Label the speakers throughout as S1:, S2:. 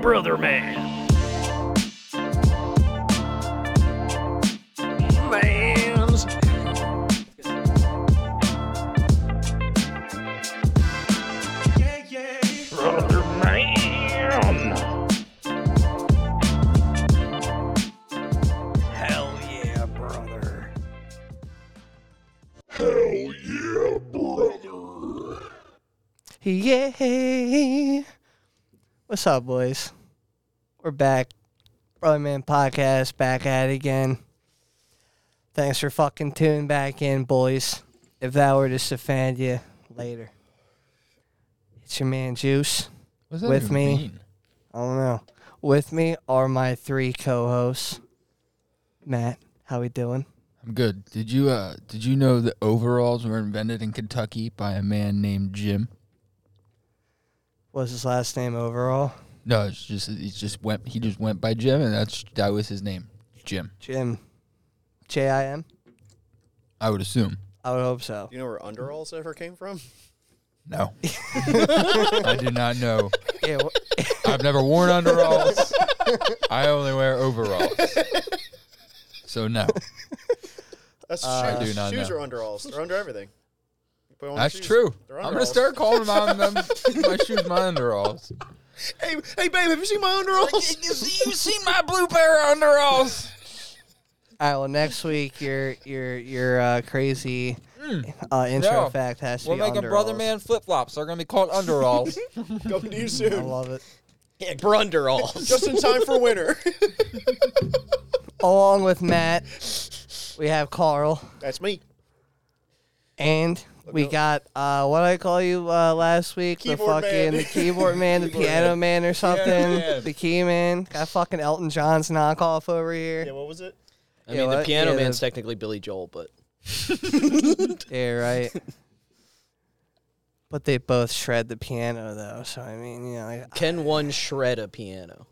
S1: Brother Man. Mans.
S2: Yeah, yeah.
S1: Brother Man. Hell yeah, brother.
S3: Yay! What's up, boys? We're back. Brother Man Podcast back at it again. Thanks for fucking tuning back in, boys. If that were to offend you, later. It's your man Juice.
S4: What does that
S3: With
S4: even
S3: me.
S4: mean?
S3: I don't know. With me are my three co-hosts. Matt, how we doing?
S4: I'm good. Did you uh did you know that overalls were invented in Kentucky by a man named Jim?
S3: What's his last name overall?
S4: No, it's just he just went he just went by Jim and that's that was his name. Jim.
S3: Jim. J I M.
S4: I would assume.
S3: I would hope so.
S5: You know where underalls ever came from?
S4: No. I do not know.
S3: Yeah, wh-
S4: I've never worn underalls. I only wear overalls. So no.
S5: That's
S4: I
S5: shoes.
S4: do not
S5: shoes
S4: know.
S5: are underalls. They're under everything. You put on
S4: That's
S5: shoes,
S4: true.
S5: they're
S4: I'm gonna
S5: underalls.
S4: start calling my, them, my shoes my underalls.
S5: Hey, hey, babe, have you seen my underalls?
S4: you seen my blue pair of underalls?
S3: All right. Well, next week your your your uh, crazy uh, intro
S4: Mm. Yeah.
S3: fact has to
S4: We're
S3: be
S4: making brother
S3: underalls.
S4: man flip flops. They're gonna be called underalls.
S5: Coming to you
S3: I
S5: soon.
S3: love it.
S6: Yeah, Brunderalls.
S5: Just in time for winter.
S3: Along with Matt, we have Carl,
S5: That's me.
S3: and we got uh, what I call you uh, last week,
S5: Keyboard
S3: the
S5: man.
S3: fucking the keyboard man, the piano man. or something,
S4: man.
S3: the key man. Got fucking Elton John's knockoff over here.
S5: Yeah, what was it?
S6: I
S3: Yeah,
S6: mean,
S3: what?
S6: the piano
S3: Yeah,
S6: man's
S3: the-
S6: technically Billy Joel, but
S3: Yeah, right. but they both shred the piano though, so I mean, you know, like,
S6: can one shred a piano?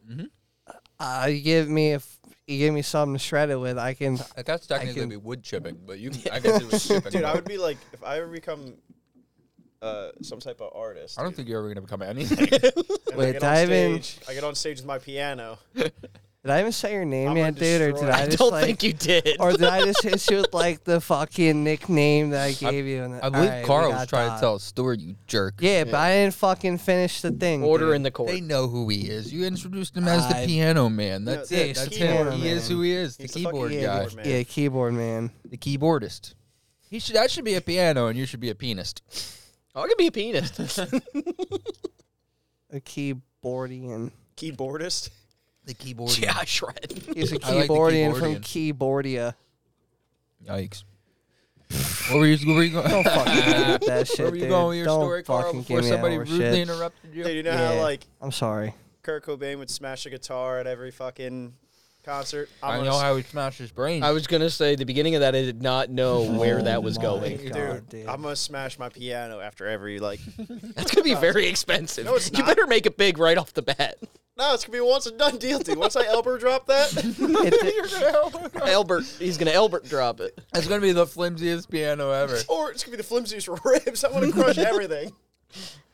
S3: uh, you give me if you give me something to shred it with, I can.
S4: That's technically
S3: can-
S4: be wood chipping, but you, I guess it was chipping.
S5: Dude, I
S4: but
S5: would be like, if I ever become uh, some type of artist.
S4: I don't
S5: dude,
S4: think you're ever gonna become anything.
S5: and I
S3: Wait,
S5: get on
S3: dive in.
S5: stage- I get on stage with my piano.
S3: Did I even say your name
S5: I'm
S3: yet,
S5: gonna
S3: dude? Or did
S5: destroy it.
S3: I
S6: I
S3: just
S6: don't
S3: like,
S6: think you did.
S3: or did I just hit you with like the fucking nickname that I gave you? And
S4: I believe
S3: alright, we
S4: Carl was
S3: got
S4: trying
S3: Doc.
S4: to tell a story. You jerk.
S3: Yeah, but I didn't fucking finish the thing.
S6: Order
S3: dude.
S6: in the court.
S4: They know who he is. You introduced him as the
S3: I-
S4: piano man. That's
S5: Yeah,
S4: it.
S3: he's the
S4: That's him.
S3: keyboard
S4: He
S3: man.
S4: is who he is. The
S5: He's the fucking
S4: keyboard guy.
S5: keyboard
S3: yeah,
S5: man.
S3: yeah, keyboard man.
S4: The keyboardist. He should. That should be a piano, and you should be a pianist.
S6: Oh, I could be a pianist.
S3: A keyboardian.
S5: Keyboardist.
S4: The keyboard.
S6: yeah, I shred.
S3: He's a
S4: I like the
S3: keyboardian from Keyboardia.
S4: Yikes. what were you? What were you going?
S3: Don't fucking interrupt that shit,
S4: Where were you
S3: dude.
S4: going with your
S3: Don't
S4: story, Carl?
S3: fucking
S4: Before
S3: give me that
S4: somebody
S3: more
S4: rudely
S3: shit.
S4: interrupted you.
S5: Dude, you know
S3: Yeah.
S5: how, like,
S3: I'm sorry.
S5: Kurt Cobain would smash a guitar at every fucking concert?
S4: I
S5: I'm
S4: know
S5: gonna
S4: how he smashed his brain.
S6: I was gonna say the beginning of that. I did not know where
S3: Oh
S6: that was
S3: my
S6: going.
S3: God,
S5: Dude,
S3: dude.
S5: I'm gonna smash my piano after every like.
S6: That's gonna be very expensive.
S5: No, it's
S6: you
S5: not.
S6: better make it big right off the bat.
S5: no, it's gonna be a once and done deal, dude. Once I elbow drop that,
S3: It-
S6: Albert, he's gonna Albert drop it.
S4: It's gonna be the flimsiest piano ever.
S5: or it's gonna be the flimsiest ribs. I'm gonna crush everything.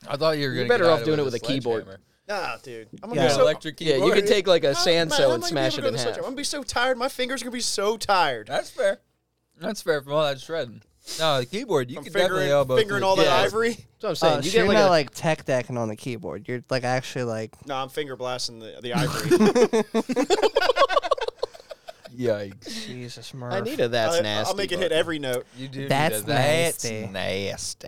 S4: I thought you were gonna.
S6: better
S4: get
S6: off
S4: at
S6: doing it with a keyboard.
S4: sledgehammer.
S5: Nah, dude. I'm gonna
S3: Yeah,
S5: be
S4: An
S5: so.
S4: electric
S6: Yeah,
S4: keyboard.
S6: you could take like a
S5: How- man, how am
S6: Sanso and
S5: I gonna be
S6: smash
S5: able to
S6: it
S5: go
S6: in
S5: to such a-
S6: half.
S5: I'm gonna be so tired. My fingers are gonna be so tired.
S4: That's fair. That's fair from all that shredding. No, the keyboard you
S5: I'm
S4: could definitely
S5: fingering,
S4: elbow.
S5: fingering
S4: through
S5: all that
S4: the keyboard.
S5: ivory.
S6: That's what I'm saying.
S3: Oh,
S6: Uh,
S3: so
S6: you get
S3: you're
S6: like
S3: not
S6: a,
S3: like tech decking on the keyboard. You're like actually like
S5: No, I'm finger blasting the, the ivory.
S4: Yikes!
S3: Jesus
S6: I
S3: Murph.
S6: need a that's
S5: I,
S6: nasty.
S5: I'll make it hit
S6: button.
S5: every note.
S4: You do. need
S3: That's
S4: a- that's
S3: nasty.
S4: nasty.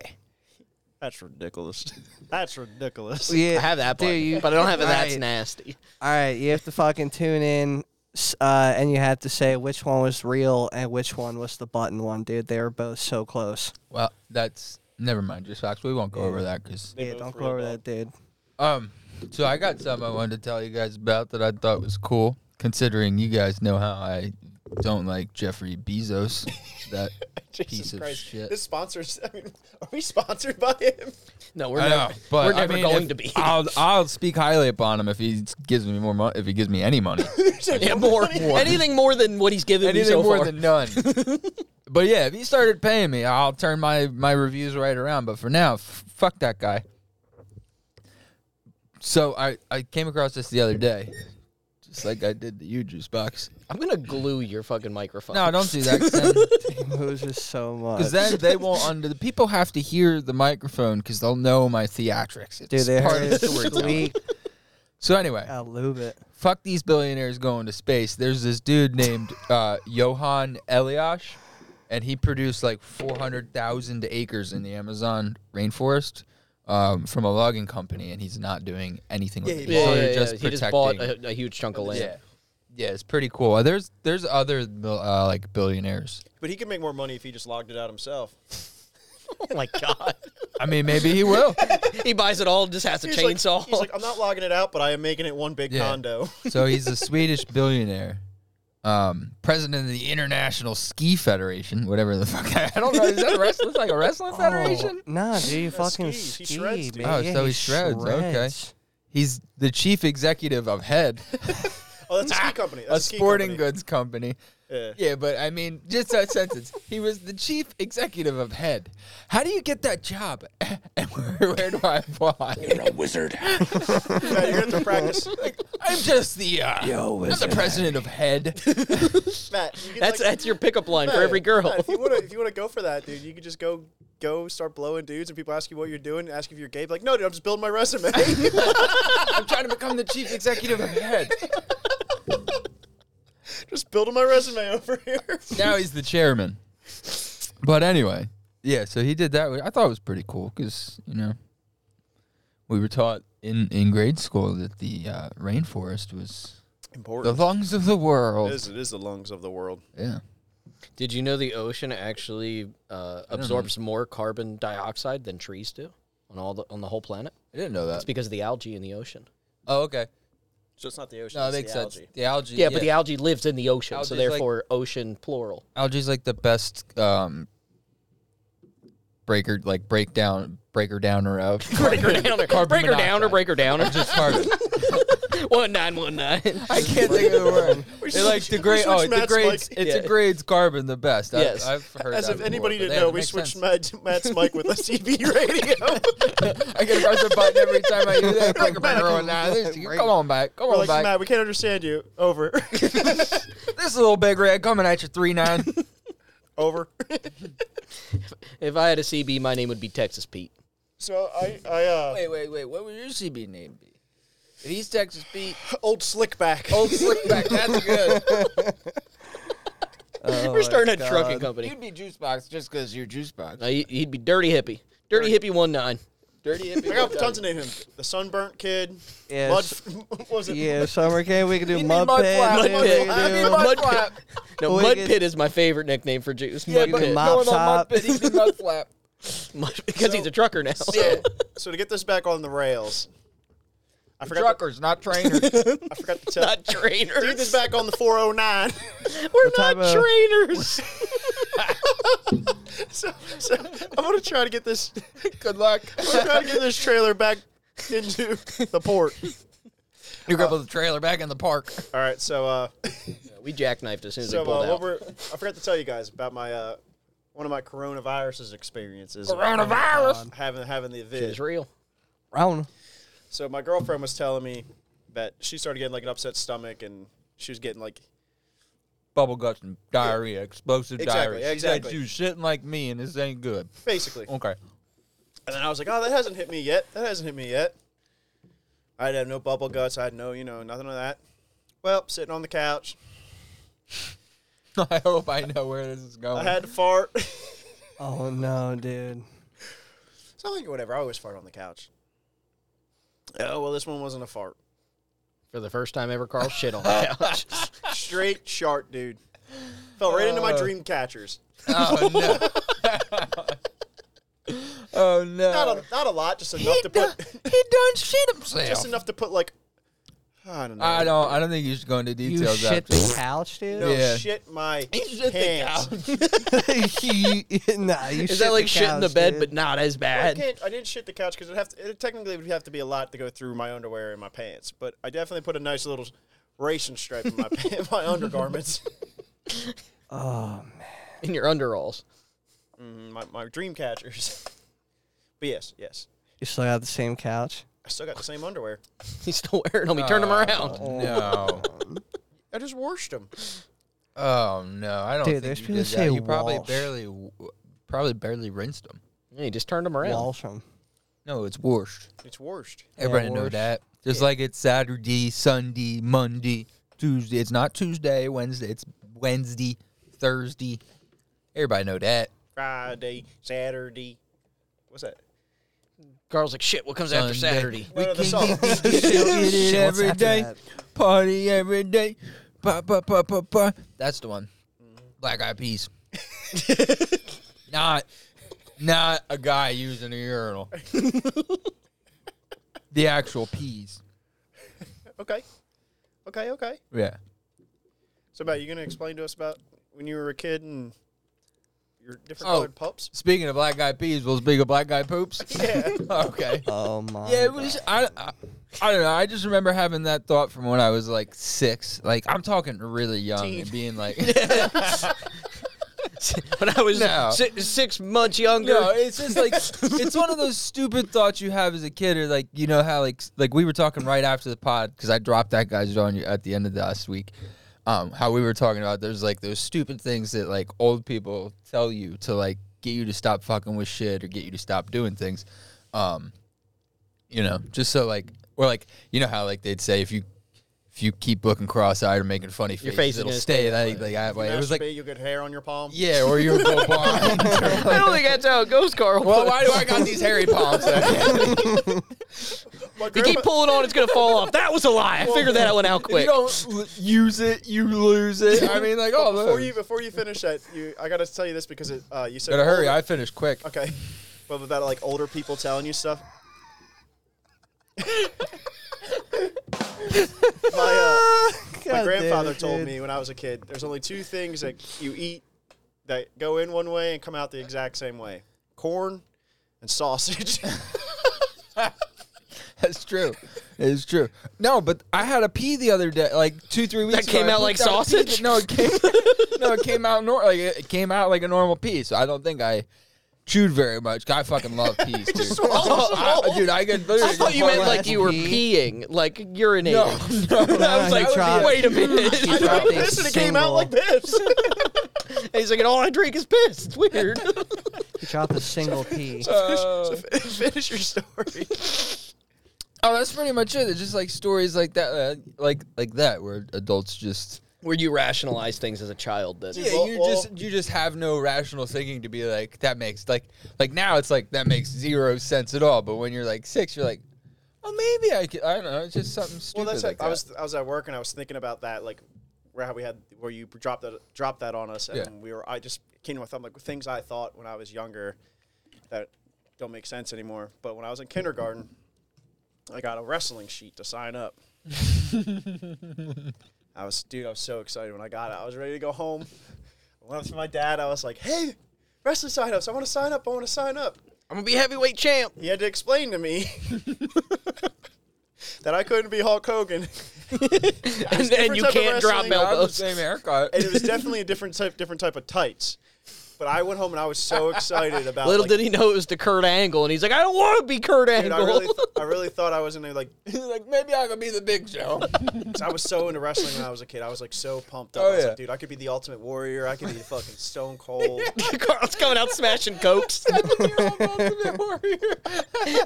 S5: That's ridiculous. That's ridiculous.
S3: Yeah,
S6: I have that
S3: dude,
S6: button,
S3: you-
S6: but I don't have a that's
S3: Right.
S6: nasty.
S3: All right, you have to fucking tune in, s- uh, and you have to say which one was real and which one was the button one, dude. They were both so close.
S4: Well, that's never mind. Just facts. We won't go over that because
S5: They
S3: yeah,
S5: both
S3: don't go
S5: real,
S3: over
S5: though.
S3: that, dude.
S4: um. So I got something I wanted to tell you guys about that I thought was cool. Considering you guys know how I don't like Jeffrey Bezos, that piece of shit.
S5: This sponsors. I mean, are we sponsored by him?
S6: No, we're
S4: I
S6: never,
S4: know, but
S6: we're
S4: I
S6: never
S4: mean,
S6: going
S4: if-
S6: to be.
S4: I'll I'll speak highly upon him if he gives me more money. If he gives me any money,
S6: Yeah, more.
S4: More.
S6: Anything more than what he's given me
S4: anything
S6: so
S4: more
S6: far.
S4: than none. but yeah, if he started paying me, I'll turn my my reviews right around. But for now, f- fuck that guy. So I, I came across this the other day, just like I did the you juice box.
S6: I'm gonna glue your fucking microphone.
S4: No, don't do that.
S3: It moves us so much.
S4: Because then, they won't under the people have to hear the microphone because they'll know my theatrics. It's
S3: Dude, they
S4: part
S3: heard
S4: of the
S3: it Oh.
S4: storytelling.
S3: squeak.
S4: So anyway,
S3: I love it.
S4: fuck these billionaires going to space. There's this dude named uh, Johan Eliash, and he produced like 400,000 acres in the Amazon rainforest um, from a logging company, and he's not doing anything with it. He's
S6: Yeah, yeah,
S4: literally
S6: yeah,
S4: just
S6: he just bought
S4: protecting-
S6: a, a huge chunk of land.
S4: yeah. Yeah, it's pretty cool. Uh, There's there's other uh, like billionaires.
S5: But he could make more money if he just logged it out himself.
S6: Oh my god.
S4: I mean, maybe he will.
S6: he buys it all, and just has a
S5: He's like-
S6: chainsaw.
S5: he's like, I'm not logging it out, but I am making it one big
S4: Yeah.
S5: condo.
S4: So he's a Swedish billionaire, um, president of the International Ski Federation, whatever the fuck. I don't know. Is that a wrestling? Like a wrestling federation?
S3: Oh, nah, dude, you fucking
S5: skis.
S3: ski,
S5: He shreds, dude.
S3: man.
S4: Oh,
S3: Yeah,
S4: so he shreds, okay.
S3: shreds.
S4: He's the chief executive of Head,
S5: Oh, that's a ski company. That's
S4: Ah, a,
S5: a, ski
S4: sporting
S5: company.
S4: goods company.
S5: Yeah.
S4: Yeah, but I mean, just that sentence. He was the chief executive of Head. How do you get that job? And where, where do I apply?
S1: A wizard.
S5: Yeah, you're gonna have to practice,
S4: Like, I'm just the uh,
S1: Yo,
S4: I'm the
S1: wizard.
S4: president of Head.
S5: Matt. You could,
S6: that's
S5: like,
S6: that's your pickup line for
S5: Matt,
S6: every girl.
S5: Matt, if you wanna, if you wanna go for that, dude, you could just go, go start blowing dudes, and people ask you what you're doing, ask if you're gay. be Like, no, dude, I'm just building my resume.
S4: I'm trying to become the chief executive of Head.
S5: just building my resume over here.
S4: now he's the chairman. But anyway, yeah. So he did that. I thought it was pretty cool because you know we were taught in in grade school that the uh, rainforest was the
S5: Important.
S4: lungs of the
S5: It
S4: world.
S5: is, it is the lungs of the world.
S4: Yeah.
S6: Did you know the ocean actually uh, absorbs more carbon dioxide than trees do on all the, on the whole planet?
S4: I didn't know
S6: It's
S4: that.
S6: because of the algae in the ocean.
S4: Oh, okay.
S5: So it's not the ocean.
S4: No, that
S5: it's
S4: makes
S5: the
S4: sense.
S5: algae.
S4: The algae.
S6: Yeah, but the algae lives in the ocean, so
S4: Algae's like-
S6: therefore ocean plural.
S4: algae's like the best um, breaker, like breakdown, breaker downer of.
S6: Break her down, or break her down,
S4: monoxide.
S6: or break her down, or
S4: Just part of it.
S6: one nine one nine.
S4: I can't think of the word.
S5: We
S4: It like
S5: switched-
S4: degrade.
S5: we
S4: Oh, it
S5: switched Matt's
S4: degrades.
S5: mic.
S4: It
S6: Yeah.
S4: degrades carbon the best. I,
S6: Yes.
S4: I've heard
S5: As
S4: that
S5: if
S4: before,
S5: anybody
S4: but
S5: didn't
S4: yeah,
S5: know,
S4: it
S5: we
S4: makes
S5: switched
S4: sense.
S5: Matt, Matt's mic with a CB radio.
S4: I get across the button every time I do that. Click a
S5: Matt,
S4: burger on that. There's- Come on back. Come
S5: We're
S4: on
S5: like,
S4: back.
S5: Matt, we can't understand you. Over.
S4: This little big red coming at you three nine.
S5: Over.
S6: If I had a CB, my name would be Texas Pete.
S5: so I, I uh,
S4: wait, wait, wait. What would your CB name be? If East Texas beat
S5: old slickback.
S4: old slickback, that's good.
S3: Oh
S6: We're
S3: my
S6: starting a
S3: God.
S6: trucking company.
S4: You'd be juice box just because you're juice box.
S6: No, he- he'd be dirty hippie, dirty hippie one nine.
S4: Dirty hippie.
S5: I got tons to name him. The sunburnt kid.
S3: Yeah,
S5: Mud.
S3: s-
S5: what was it?
S3: Yeah, summer camp. We can do
S4: You'd be
S3: mud
S4: mud
S3: pit.
S4: flap,
S3: dude,
S4: mud
S3: we
S6: pit.
S3: can
S4: I'd
S3: do-
S4: be mud
S6: Mud
S4: flap.
S6: No,
S3: Well,
S6: Mud
S3: he gets-
S6: Pit is my favorite nickname for Juice.
S4: Yeah,
S6: Mud
S4: but
S6: Pit.
S4: going
S3: mop
S4: on mud
S3: top.
S4: pit, he'd be mud flap.
S6: Mud- because he's a trucker now.
S4: Yeah.
S5: So to get this back on the rails, I forgot.
S4: Truckers, not trainers.
S5: I forgot to tell.
S6: not
S5: to get this
S6: trainers.
S5: back on the 409.
S6: We're
S3: type
S6: not
S3: of-
S6: trainers.
S5: so, so I'm gonna try to get this.
S4: Good luck.
S5: I'm trying to get this trailer back into the port.
S4: You grab the trailer back in the park.
S5: All right. So uh,
S6: we jackknifed as soon as
S5: so
S6: we
S5: uh,
S6: pulled
S5: what
S6: out.
S5: we're I forgot to tell you guys about my uh one of my coronaviruses experiences.
S4: Coronavirus.
S5: Having having the vid.
S6: It's real.
S3: I don't know.
S5: So my girlfriend was telling me that she started getting like an upset stomach and she was getting like
S4: Bubble guts and diarrhea, explosive
S5: Exactly,
S4: diarrhea.
S5: exactly.
S4: She said, you shitting like me, and this ain't good.
S5: basically.
S4: Okay.
S5: And then I was like, oh, that hasn't hit me yet. That hasn't hit me yet. I had no bubble guts. I had no, you know, nothing of that. Well, sitting on the couch,
S4: I hope I know where this is going.
S5: I had to fart.
S3: Oh no, dude.
S5: so I'm like, whatever. I always fart on the couch. Oh well, this one wasn't a fart.
S6: For the first time ever, Carl shit on the couch.
S5: Straight shark, dude. Fell right into my
S4: Uh.
S5: dream catchers.
S4: oh no. oh no.
S5: Not a, not a lot, just enough
S4: he,
S5: to
S4: done,
S5: put,
S4: he done shit himself.
S5: just enough to put like, I don't know.
S4: I don't. I don't think you should go into
S3: You
S4: details.
S3: shit
S4: after.
S3: the couch, dude.
S5: No,
S4: Yeah.
S5: shit my
S4: shit the
S5: pants.
S3: nah, you
S6: Is that like shit in the
S3: couch,
S6: bed,
S3: dude.
S6: but not as
S5: I
S6: bad?
S5: can't. I didn't shit the couch because it have to, it technically would have to be a lot to go through my underwear and my pants. But I definitely put a nice little racing stripe in my pa- my undergarments.
S6: In your underalls.
S5: Mm, my, my dream catchers. But yes, yes.
S3: you still got the same couch?
S5: I still got the same underwear.
S6: He's still wearing them. He turned them around.
S4: No.
S5: I just washed them.
S4: Oh no, I don't.
S3: Dude,
S4: think
S3: there's
S4: you
S3: people
S4: did
S3: who
S4: that.
S3: say
S4: you probably
S3: wash.
S4: barely, w- probably barely rinsed them.
S6: Yeah, he just turned them around.
S3: Walsham.
S4: No, it's washed.
S5: It's washed.
S4: Everybody know
S3: washed.
S4: that. Just like it's Saturday, Sunday, Monday, Tuesday. It's not Tuesday, Wednesday. It's Wednesday, Thursday. Everybody know that.
S5: Friday, Saturday. What's that?
S6: Carl's like, shit, what comes after
S4: Sunday.
S6: Saturday?
S5: No,
S4: We
S5: no,
S4: can
S5: the
S4: get
S5: song.
S4: this shit
S3: Shit, what's
S4: every
S3: after
S4: day.
S3: that?
S4: Party every day. Ba, ba, ba, ba, ba. That's the one. Black Eyed Peas. not, not a guy using a urinal. the actual peas.
S5: Okay. Okay, okay.
S4: Yeah.
S5: So, about you going to explain to us about when you were a kid and your different
S4: Oh.
S5: colored pups?
S4: Speaking of black eyed peas, we'll speak of black eyed poops.
S5: Yeah.
S4: okay.
S3: Oh my.
S4: Yeah, it was. I, I, I don't know. I just remember having that thought from when I was like six. Like I'm talking really young and being like,
S6: When I was
S4: No.
S6: si- six months younger.
S4: no, it's just like it's one of those stupid thoughts you have as a kid, or like you know how like like we were talking right after the pod because I dropped that guy's on you at the end of the last week. Um, how we were talking about there's like those stupid things that like old people tell you to like get you to stop fucking with shit or get you to stop doing things. Um, you know, just so like or like you know how like they'd say if you if you keep looking cross-eyed or making funny faces,
S6: face is
S4: it'll
S6: gonna
S4: stay
S6: stay that
S4: like,
S6: way.
S4: like that way.
S5: You
S4: It was like
S5: masturbate, you'll get hair on your palm.
S4: yeah, or you'll go blind. or,
S6: I
S4: like-
S6: don't think that's how it goes, Carl.
S4: well, why do I got these hairy palms? then?
S5: My
S6: you
S5: grandpa,
S6: keep pulling on, it's gonna fall off. That was a lie. I figured that one out
S4: you
S6: quick.
S4: don't l- use it, you lose it. I mean, like, oh,
S5: before
S4: look.
S5: you before you finish that, you I gotta tell you this because it, uh, you said
S4: Gotta hurry.
S5: older-
S4: I finished quick.
S5: okay, but about like older people telling you stuff. my, uh, my grandfather told me when I was a kid, there's only two things that you eat that go in one way and come out the exact same way: corn and sausage.
S4: That's true. It's true. No, but I had a pee the other day, like two, three weeks.
S6: That came
S4: ago, I
S6: out like
S4: pooped a pee that-
S6: sausage?
S4: no, it came. no, it came out nor- like it it came out like a normal pee. So I don't think I chewed very much. I fucking love peas, dude.
S6: swallowed them
S4: I-
S6: all.
S4: dude, I could. literally
S6: I thought
S4: just
S6: you meant
S4: swallow
S6: like you were peeing, like urinating.
S4: No, no.
S6: I was
S3: he
S6: like,
S3: tried.
S6: wait a minute.
S4: dropped a
S5: this and it came out
S4: single-
S5: like this.
S6: He's like, and all I drink is piss. It's weird.
S3: He dropped a single pee.
S4: Uh,
S5: Finish your story.
S4: Oh, that's pretty much it. It's just like stories like that, uh, like like that, where adults just
S6: Where you rationalize things as a child that
S4: yeah,
S5: well-
S4: you
S5: well-
S4: just you just have no rational thinking to be like that makes like like now it's like that makes zero sense at all. But when you're like six, you're like, oh, maybe I could. I don't know. It's just something
S5: Well,
S4: stupid.
S5: that's
S4: like
S5: like, I
S4: that.
S5: was I was at work and I was thinking about that, like where how we had where you dropped that dropped that on us, and
S4: Yeah.
S5: we were I just came with I'm like things I thought when I was younger that don't make sense anymore. But when I was in kindergarten, I got a wrestling sheet to sign up. I was dude, I was so excited when I got it. I was ready to go home. I went up to my dad. I was like, "Hey, wrestling sign ups! I want to sign up! I want to sign up!"
S6: I'm gonna be heavyweight champ.
S5: He had to explain to me that I couldn't be Hulk Hogan.
S6: And, and you
S5: type of
S6: can't drop
S4: I
S5: wrestling.
S4: have the
S6: elbows.
S4: same haircut.
S5: and it was definitely a different type, different type of tights. But I went home and I was so excited about.
S6: Little
S5: like,
S6: did he know it was the Kurt Angle, and he's like, I don't want to be Kurt
S5: dude,
S6: Angle.
S5: I really, th- I really thought I was into like,
S4: He's like, maybe I could be the Big Show.
S5: 'cause I was so into wrestling when I was a kid. I was like so pumped up.
S4: Oh,
S5: I was
S4: yeah.
S5: like, dude, I could be the Ultimate Warrior. I could be the fucking Stone Cold.
S6: Carl's coming out smashing cokes.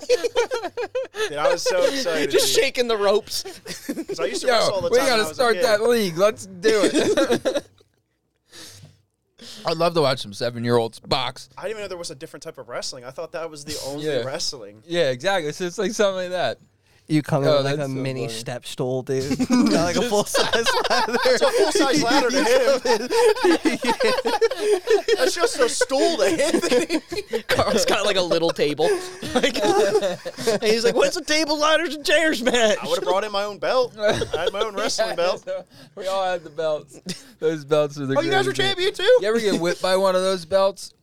S5: dude, I was so excited.
S6: Just shaking the ropes.
S5: because I used to wrestle all
S4: Yo,
S5: the
S4: we
S5: time. when I
S4: gotta
S5: was a
S4: start
S5: kid.
S4: that league. Let's do it. I'd love to watch some seven-year-olds box.
S5: I didn't even know there was a different type of wrestling. I thought that was the only
S4: Yeah.
S5: wrestling.
S4: Yeah, exactly. So it's like something like that.
S3: You come in
S4: Oh,
S3: with like a
S4: that's so
S3: mini
S4: funny.
S3: step stool, dude. Not like a full size ladder.
S5: It's a full size ladder to him. That's just a stool to him.
S6: Carl's got like a little table. Like, and he's like, what's a table, ladders, and chairs match?
S5: I would have brought in my own belt. I had my own wrestling
S4: Yeah,
S5: belt.
S4: so we all had the belts. Those belts are the.
S5: Oh, you guys were
S4: greatest.
S5: champion too?
S4: You ever get whipped by one of those belts?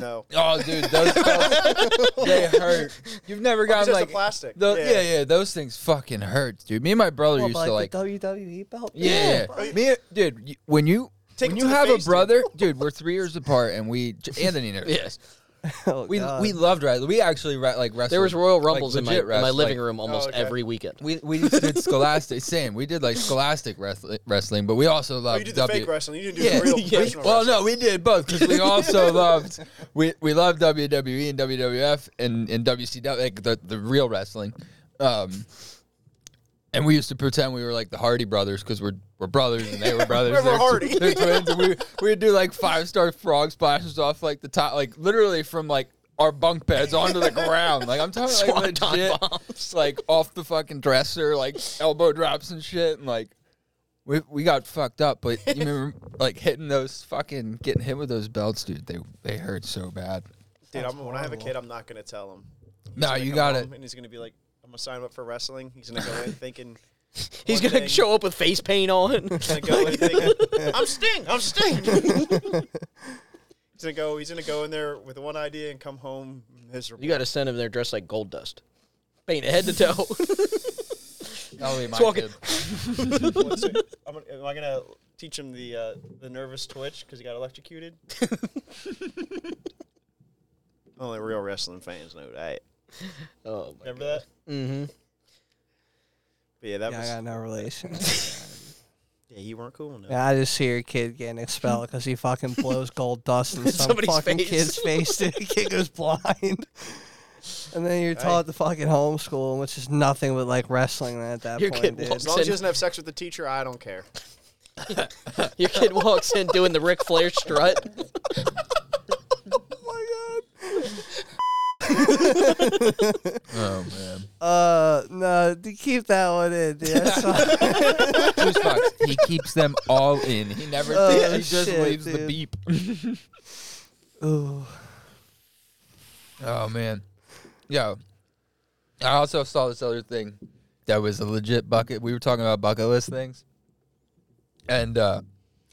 S5: No.
S4: Oh, dude, those belts they hurt. You've never gotten
S5: Oh, just the
S4: like
S5: plastic.
S4: tho-
S5: Yeah.
S4: yeah. yeah, those things fucking hurt, dude. Me and my brother
S3: Well,
S4: used
S3: but,
S4: to like.
S3: like the WWE belt. dude.
S4: Yeah, yeah. me, dude. y- When you
S5: Take
S4: when
S5: it
S4: you
S5: to the
S4: have a
S5: face, dude.
S4: brother, dude, we're three years apart, and we J- Anthony knows.
S6: Yes.
S3: Oh,
S4: We
S3: God.
S4: we loved Riley. We actually re- like wrestled.
S6: There was Royal
S4: like,
S6: Rumbles in my
S4: legit
S6: in my
S4: wrest-
S6: living
S4: like,
S6: room almost
S5: Oh, okay.
S6: every weekend.
S4: We we did Scholastic. Same. We did like Scholastic wrestling, wrestling but we also loved
S5: Oh, you did the
S4: W-
S5: fake wrestling. You didn't do
S4: Yeah.
S5: the real
S4: Yeah.
S5: professional
S4: Well,
S5: wrestling.
S4: no, we did both because we also loved we we loved WWE and WWF and, and WCW, like the the real wrestling. Um, and we used to pretend we were like the Hardy brothers because we're we're brothers and they were brothers.
S5: We're
S4: They're tw-
S5: Hardy.
S4: they're twins, and we we'd do like five star frog splashes off like the top, like literally from like our bunk beds onto the ground. Like I'm talking like
S6: Swanton
S4: legit, like off the fucking dresser, like elbow drops and shit, and like we we got fucked up, but you remember like hitting those fucking getting hit with those belts, dude. They they hurt so bad.
S5: Dude, I'm, when I have a kid, I'm not going to tell him.
S4: No,
S5: gonna
S4: you
S5: come
S4: got
S5: home
S4: it.
S5: And he's going to be like, I'm going to sign him up for wrestling. He's going to go in thinking.
S6: He's
S5: one
S6: gonna
S5: thing.
S6: show up with face paint on.
S5: He's gonna go in thinking, I'm Sting. I'm Sting. he's gonna go. He's gonna go in there with one idea and come home miserable.
S6: you got to send him there dressed like gold dust, painted head to toe.
S4: That'll be my
S6: walking-
S4: kid.
S5: What's it- I'm gonna- am I gonna teach him the uh, the nervous twitch because he got electrocuted? Only real wrestling fans know that.
S6: oh my
S5: Remember that?
S6: Mm-hmm.
S5: But yeah, that
S3: Yeah, I
S5: was.
S3: got no relation.
S5: Yeah, you weren't cool enough.
S3: Yeah, I just see your kid getting expelled because he fucking blows gold dust in some
S6: Somebody's
S3: fucking
S6: face.
S3: kid's face. Dude, the kid goes blind. And then you're taught to fucking homeschool, which is nothing but like wrestling at that
S6: Your
S3: point,
S6: kid
S3: dude.
S6: walks-
S5: As long as he doesn't have sex with the teacher, I don't care.
S6: Your kid walks in doing the Ric Flair strut.
S4: Oh man,
S3: Uh, no, d- keep that one in. Dude. That's not-
S4: Juice box. He keeps them all in. He never.
S3: Oh,
S4: he just
S3: shit,
S4: leaves the
S3: dude.
S4: beep.
S3: Ooh.
S4: Oh man, yo. I also saw this other thing that was a legit bucket. We were talking about bucket list things, and uh,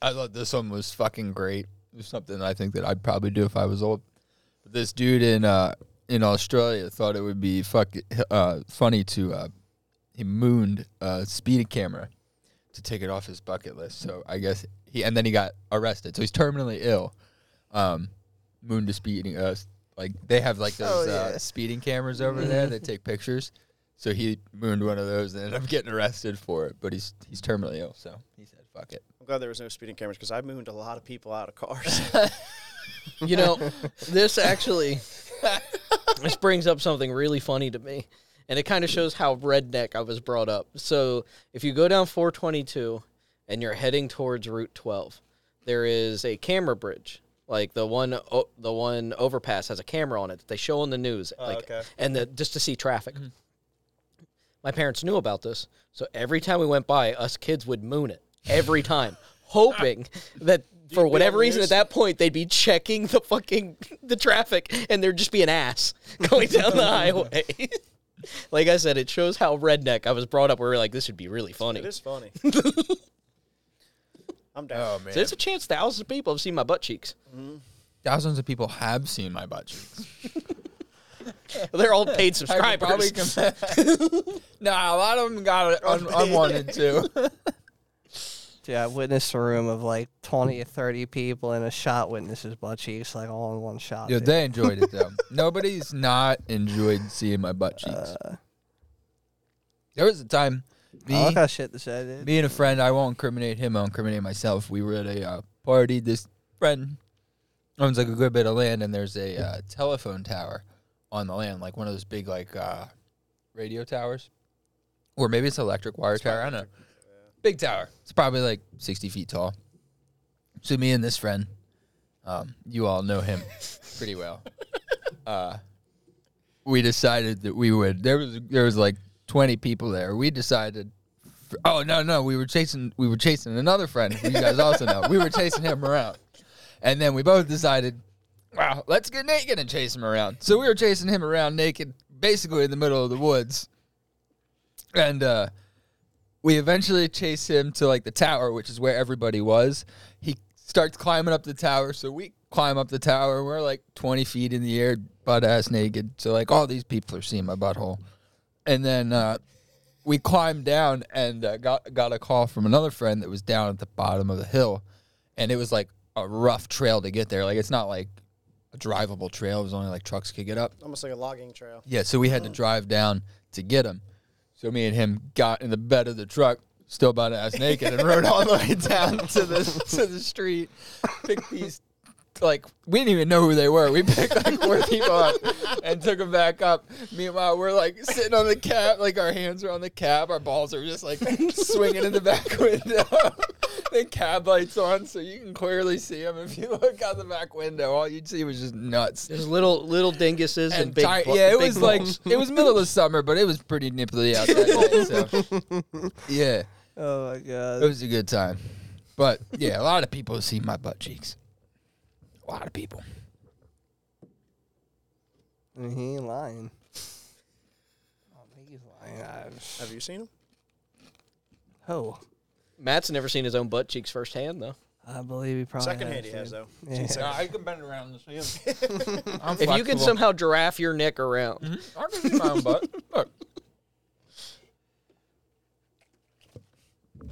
S4: I thought this one was fucking great. It was something I think that I'd probably do if I was old. But this dude in uh, in Australia thought it would be fuck, uh, funny to uh, he mooned a speed camera to take it off his bucket list. So I guess he and then he got arrested. So he's terminally ill. Um, moon to speeding uh like they have like those
S3: Oh, yeah.
S4: uh, speeding cameras over there that take pictures so he mooned one of those and ended up getting arrested for it but he's he's terminally ill so he said fuck it
S5: I'm glad there was no speeding cameras because I mooned a lot of people out of cars.
S6: You know, this actually this brings up something really funny to me, and it kind of shows how redneck I was brought up. So, if you go down 422 and you're heading towards Route 12, there is a camera bridge. Like the one, o- the one overpass has a camera on it that they show on the news, like,
S5: okay.
S6: and the, just to see traffic. My parents knew about this, so every time we went by, us kids would moon it every time, hoping that for
S5: on
S6: whatever
S5: the
S6: reason at
S5: news?
S6: that point they'd be checking the fucking the traffic and there'd just be an ass going down the highway. like I said, it shows how redneck I was brought up. We were like, this would be really funny.
S5: it is funny. I'm down.
S4: oh man
S6: There's a chance thousands of people have seen my butt cheeks.
S4: thousands of people have seen my butt cheeks
S6: They're all paid
S4: I could probably
S6: subscribers.
S4: com- nah a lot of them got it un- unwanted too
S3: Dude, I witnessed a room of like 20 or 30 people and a shot witnesses butt cheeks, like all in one shot.
S4: Yo,
S3: dude.
S4: they enjoyed it though. Nobody's not enjoyed seeing my butt cheeks. there was a time me,
S3: Uh. Oh, I like how shit this is, dude.
S4: me and a friend. I won't incriminate him. I'll incriminate myself. We were at a uh, party. This friend owns like a good bit of land, and there's a uh, telephone tower on the land, like one of those big like uh, radio towers, or maybe it's electric wire tower. I don't know. Big tower. It's probably like sixty feet tall. So me and this friend, um, you all know him pretty well. Uh, we decided that we would. There was there was like twenty people there. We decided. Oh no no! We were chasing we were chasing another friend. Who you guys also know. We were chasing him around, and then we both decided, wow, let's get naked and chase him around. So we were chasing him around naked, basically in the middle of the woods, and uh, we eventually chase him to like the tower, which is where everybody was. He starts climbing up the tower, so we climb up the tower. We're like twenty feet in the air, butt ass naked. So like all these people are seeing my butthole, and then uh, we climbed down and uh, got got a call from another friend that was down at the bottom of the hill, and it was like a rough trail to get there. Like it's not like a drivable trail. It was only like trucks could get up.
S5: Almost like a logging trail.
S4: Yeah, so we had to drive down to get him. So me and him got in the bed of the truck, still about ass naked, and rode all the way down to the to the street. Picked these like we didn't even know who they were. We picked like four people up and took them back up. Meanwhile, we're like sitting on the cab, like our hands are on the cab, our balls are just like swinging in the back window. the cab lights on, so you can clearly see them. If you look out the back window, all you'd see was just nuts
S6: There's little little dinguses and, big.
S4: tired-
S6: bu-
S4: yeah, it
S6: big
S4: was like
S6: bulbs.
S4: it was middle of the summer, but it was pretty nipply out that day. So yeah,
S3: Oh my god.
S4: it was a good time. But yeah, a lot of people see my butt cheeks. A lot of people.
S3: And he ain't lying. I don't think he's lying. I,
S5: Have you seen him?
S3: oh,
S6: Matt's never seen his own butt cheeks firsthand though.
S3: I believe he probably
S5: Second hand he
S3: dude.
S5: has though.
S3: Yeah.
S4: I can bend around and see him.
S6: If you can somehow giraffe your neck around,
S4: I can see my own butt. Look.
S6: All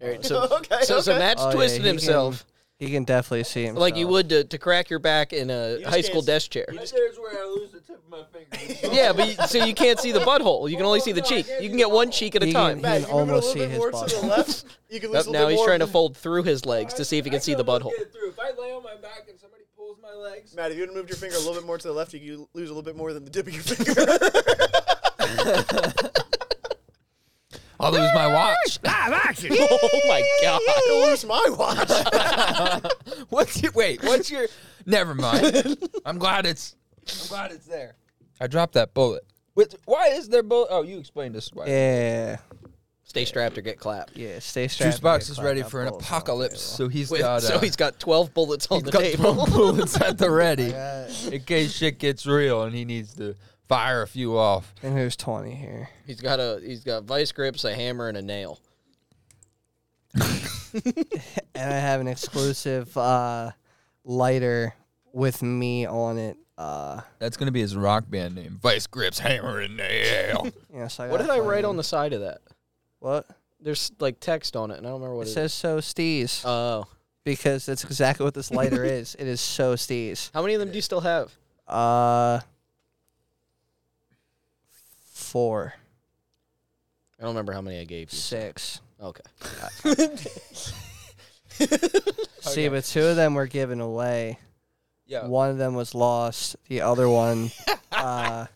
S6: right, so
S5: Okay,
S6: so, so
S5: okay.
S6: Matt's
S3: Oh, yeah,
S6: twisted
S3: he can-
S6: himself
S3: He can definitely see him.
S6: like you would to, to crack your back in a
S5: just
S6: high school
S5: can't-
S6: desk chair.
S4: There's where I lose the tip of my finger.
S6: Yeah, but you, so you can't see the butthole. You can only see the
S5: Oh,
S4: No, I
S6: cheek.
S4: can't see
S6: You can
S4: the
S6: get one
S4: butthole.
S6: cheek at a
S3: He
S6: time.
S3: can-
S5: Matt, if you move it a
S3: almost
S5: little
S3: see
S5: bit
S3: his
S5: more
S3: body.
S5: to the left, you can
S6: Nope,
S5: lose a little
S6: now
S5: bit
S6: he's
S5: more
S6: trying to
S5: of-
S6: fold through his legs to see if he can see the butthole.
S4: If I lay on my back and somebody pulls my legs,
S5: Matt, if you had moved your finger a little bit more to the left, you could lose a little bit more than the tip of your finger.
S4: I'll lose my watch.
S1: Live action.
S6: Oh my god!
S5: I'll lose my watch.
S4: What's your wait? What's your? Never mind. I'm glad it's. I'm glad it's there. I dropped that bullet. With, why is there bullet? Oh, you explained this. Why.
S3: Yeah,
S6: Stay strapped or get clapped.
S3: yeah. Stay strapped.
S4: Juice box
S3: Nick.
S4: is
S3: Clap
S4: ready
S3: that
S4: for an
S3: ball.
S4: apocalypse. So he's
S6: With-
S4: got.
S6: so
S4: uh,
S6: he's got twelve bullets on
S4: he's
S6: the
S4: got
S6: table.
S4: twelve bullets at the ready
S3: Yeah.
S4: in case shit gets real and he needs to fire a few off.
S3: And who's twenty here?
S6: He's got a he's got vice grips, a hammer, and a nail.
S3: And I have an exclusive uh, lighter with me on it. Uh,
S4: That's gonna be his rock band name. Vice grips hammer and nail.
S3: you know, so I
S6: What
S3: got
S6: did I write
S3: plenty.
S6: on the side of that?
S3: What
S6: There's like text on it, and I don't remember what
S3: it
S6: it,
S3: says? So stees
S6: Oh,
S3: because that's exactly what this lighter is. It is so stees.
S6: how many of them do you still have?
S3: Uh, four,
S6: I don't remember how many I gave you.
S3: six.
S6: Okay. Oh,
S3: See, but two of them were given away.
S4: yeah.
S3: One of them was lost. The other one, uh,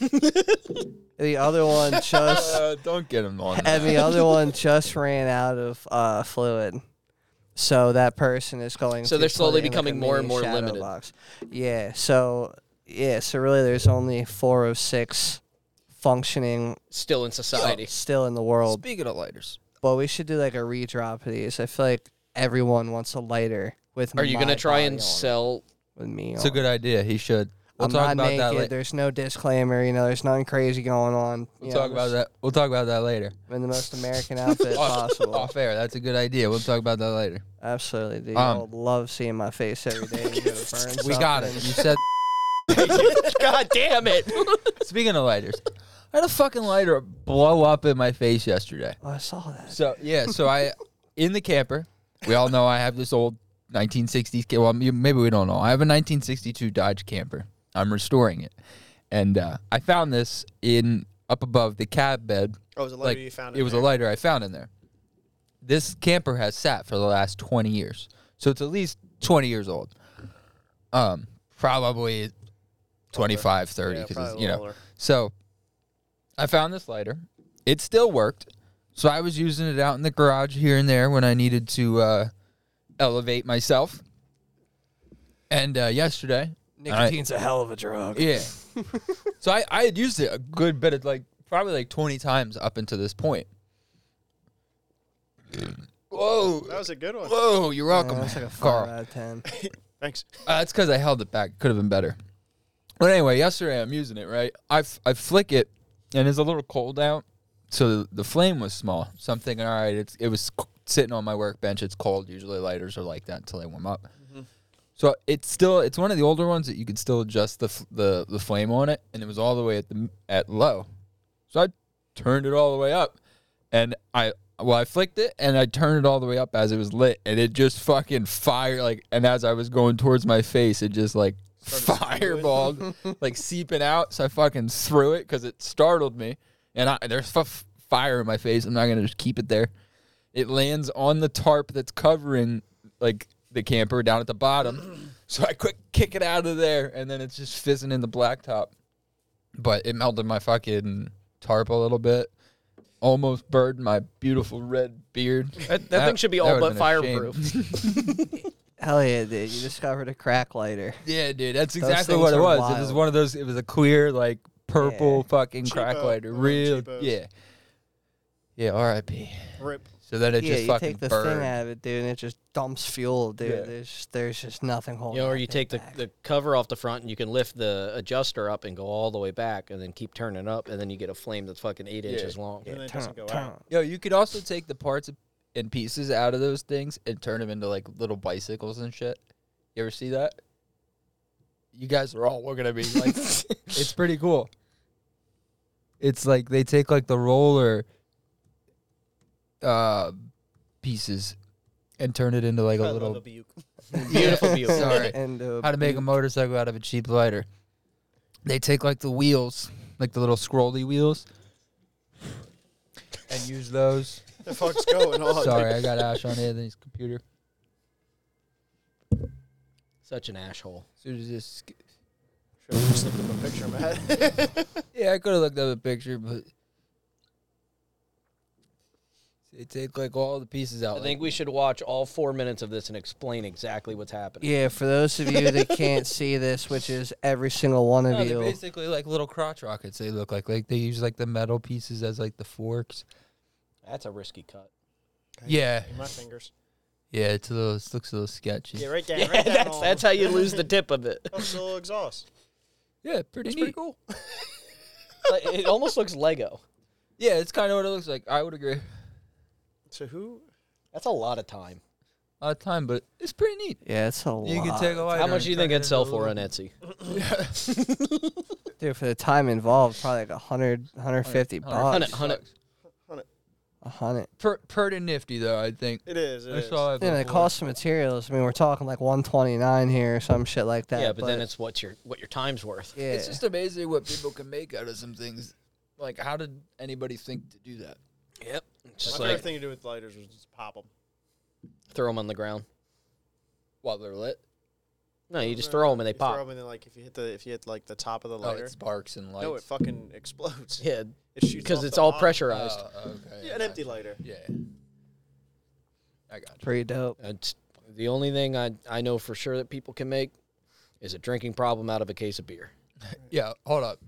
S3: the other one just,
S4: Uh, don't get him on.
S3: and the other one just ran out of uh, fluid. So that person is going.
S6: So
S3: to
S6: they're slowly
S3: put in, like, a
S6: becoming more and
S3: mini
S6: more
S3: shadow
S6: limited.
S3: Box. Yeah. So yeah. So really, there's only four of six functioning
S6: Still in society.
S3: still in the world.
S4: Speaking of lighters,
S3: But we should do like a redrop of these. I feel like everyone wants a lighter with.
S6: Are you
S3: going
S6: gonna
S3: to
S6: try and
S3: sell
S6: sell?
S3: with me?
S4: it's a
S3: on.
S4: good idea. He should. We'll
S3: I'm
S4: talk
S3: not
S4: about
S3: naked.
S4: that later.
S3: There's no disclaimer. You know, there's nothing crazy going on.
S4: We'll talk about that. We'll talk about that later.
S3: in the most American outfit
S4: Off-
S3: possible.
S4: Off air. That's a good idea. We'll talk about that later.
S3: Absolutely, dude.
S4: Um,
S3: I would love seeing my face every day. You gotta burn
S4: We got it.
S3: something.
S4: You said.
S6: God damn it!
S4: Speaking of lighters, I had a fucking lighter blow up in my face yesterday.
S3: Oh, I saw that.
S4: So yeah, so I in the camper. We all know I have this old 1960s. ca- Well, m- maybe we don't know. I have a 1962 Dodge Camper. I'm restoring it, and uh, I found this in up above the cab bed.
S5: Oh, it was a lighter
S4: like
S5: you found
S4: it was a lighter I found in there. This camper has sat for the last 20 years, so it's at least 20 years old. Um, probably 25, 30,
S5: Yeah,
S4: because
S5: probably a
S4: you know.
S5: little older.
S4: So, I found this lighter. It still worked, so I was using it out in the garage here and there when I needed to uh, elevate myself. And uh, yesterday, I-
S3: Nicotine's a hell of a drug.
S4: yeah. so I, I had used it a good bit of like probably like twenty times up until this point.
S5: That
S4: Whoa.
S5: was a good one.
S4: Whoa, you're
S3: Yeah,
S4: welcome.
S3: Oh, that's like a four
S4: Carl.
S3: out of ten.
S5: Thanks.
S4: Uh, that's because I held it back. Could have been better. But anyway, yesterday I'm using it, right? I, f- I flick it, and it's a little cold out, so the, the flame was small. So I'm thinking, all right, it's, it was c- sitting on my workbench. It's cold. Usually lighters are like that until they warm up. So it's still it's one of the older ones that you could still adjust the, f- the the flame on it, and it was all the way at the m- at low. So I turned it all the way up, and I Well, I flicked it and I turned it all the way up as it was lit, and it just fucking fire like. And as I was going towards my face, it just like fireballed, like seeping out. So I fucking threw it because it startled me, and I, there's f- fire in my face. I'm not gonna just keep it there. It lands on the tarp that's covering like the camper down at the bottom. So I quick kick it out of there, and then it's just fizzing in the blacktop. But it melted my fucking tarp a little bit. Almost burned my beautiful red beard.
S6: That, that thing should be all
S4: would've
S6: but
S4: been a shame.
S6: fireproof.
S3: Hell yeah, dude! You discovered a crack lighter.
S4: Yeah, dude, that's exactly
S3: things
S4: what it
S3: are
S4: was. It was
S3: wild.
S4: one of those. It was a clear, like purple fucking
S5: Cheapo,
S4: crack lighter,
S5: one of them
S4: real.
S5: cheapos.
S4: Yeah, yeah. R.I.P.
S5: Rip.
S4: So then it
S3: yeah,
S4: just
S3: you
S4: fucking
S3: take the
S4: burned.
S3: thing out of it, dude, and it just dumps fuel, dude.
S4: Yeah.
S3: There's just, there's just nothing holding.
S6: You know, or
S3: that
S6: you
S3: thing
S6: take the,
S3: back.
S6: the cover off the front and you can lift the adjuster up and go all the way back and then keep turning up and then you get a flame that's fucking eight
S4: Yeah.
S6: inches long.
S5: And then it
S3: Turn,
S5: doesn't go
S3: turn.
S5: out.
S4: Yo, you could also take the parts and pieces out of those things and turn them into like little bicycles and shit. You ever see that? You guys are all looking at me like it's pretty cool. It's like they take like the roller uh pieces and turn it into like a little
S6: Beautiful view.
S4: Sorry.
S3: And, uh,
S4: how to make a motorcycle out of a cheap lighter. They take like the wheels, like the little scrolly wheels, and use those.
S5: the fuck's going on?
S4: Sorry, I got ash on Anthony's computer.
S6: Such an asshole.
S4: So it was just-
S5: Should've just looked up a picture, Matt.
S4: yeah, I could have looked up a picture, but they take like all the pieces out.
S6: I think we should watch all four minutes of this and explain exactly what's happening.
S3: Yeah, for those of you that can't see this, which is every single one of
S4: like,
S3: you,
S4: they're basically like little crotch rockets. They look like like they use like the metal pieces as like the forks.
S6: That's a risky cut.
S4: Yeah,
S5: My fingers.
S4: yeah, it's a little. It looks a little sketchy.
S5: Yeah,
S4: Yeah,
S5: right down.
S6: Yeah,
S5: right down
S6: that's,
S5: on
S6: that's how you lose the tip of it.
S5: Up the little exhaust.
S4: pretty neat.
S6: pretty
S4: cool.
S6: Like, it almost looks Lego.
S4: Yeah, it's kind of what it looks like. I would agree.
S5: So who?
S6: That's a lot of time.
S4: A lot of time, but it's pretty neat.
S3: yeah, it's a lot.
S4: You can take a lighter.
S6: How much
S4: and
S6: do you
S4: turn
S6: think
S4: it
S6: it'd
S4: into
S6: sell
S4: a
S6: for
S4: little-
S6: on Etsy?
S3: Dude, for the time involved, probably like 100, 150
S4: Hundred-
S3: bucks.
S6: Hundred- hundred.
S3: A hundred.
S4: Per, per to nifty though, I think.
S5: It is. It
S4: I
S5: is.
S4: saw it.
S3: Yeah, and the
S4: before.
S3: cost of materials. I mean, we're talking like 129 here or some shit like that.
S6: Yeah, but then it's what your what your time's worth.
S3: yeah.
S4: It's just amazing what people can make out of some things. Like, how did anybody think to do that?
S6: Yep. Just
S5: My favorite
S6: like
S5: thing to do with lighters was just pop them.
S6: throw them on the ground.
S4: While they're lit,
S6: No, you just throw them and they
S5: you Throw
S6: pop.
S5: them and then like if you hit the if you hit like the top of the
S4: oh,
S5: lighter,
S4: it sparks and lights.
S5: no, it fucking explodes.
S6: Yeah,
S5: It shoots
S6: because
S5: off
S6: it's
S5: the
S6: all
S5: bottom.
S6: pressurized.
S4: Oh, okay.
S5: Yeah, an empty lighter.
S4: Yeah. I got you.
S3: pretty dope.
S6: It's the only thing I I know for sure that people can make is a drinking problem out of a case of beer.
S4: Yeah, hold up.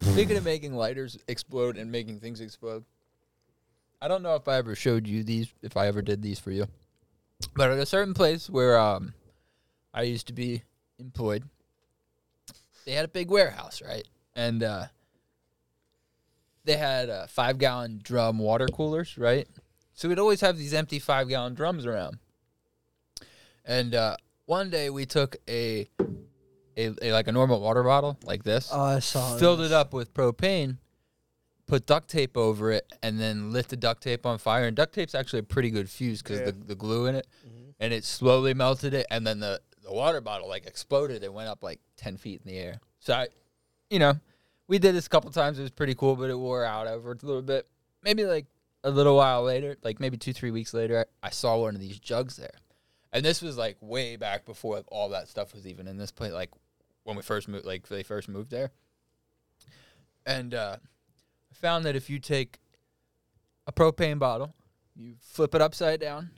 S4: Speaking of making lighters explode and making things explode, I don't know if I ever showed you these, if I ever did these for you, but at a certain place where um, I used to be employed, they had a big warehouse, right? And uh, they had uh, five gallon drum water coolers, right? So we'd always have these empty five gallon drums around. And uh, one day we took a, a, a like a normal water bottle like this
S3: Oh, I saw.
S4: filled
S3: this.
S4: it up with propane, put duct tape over it, and then lit the duct tape on fire. And duct tape's actually a pretty good fuse because
S5: Yeah.
S4: the, the glue in it, and it slowly melted it, and then the, the water bottle like exploded and went up like ten feet in the air. So I, you know, we did this a couple times. It was pretty cool, but it wore out over a little bit. Maybe like a little while later, like maybe two three weeks later, I, I saw one of these jugs there. And this was like way back before all that stuff was even in this place, like when we first moved, like they first moved there and uh, I found that if you take a propane bottle, you flip it upside down,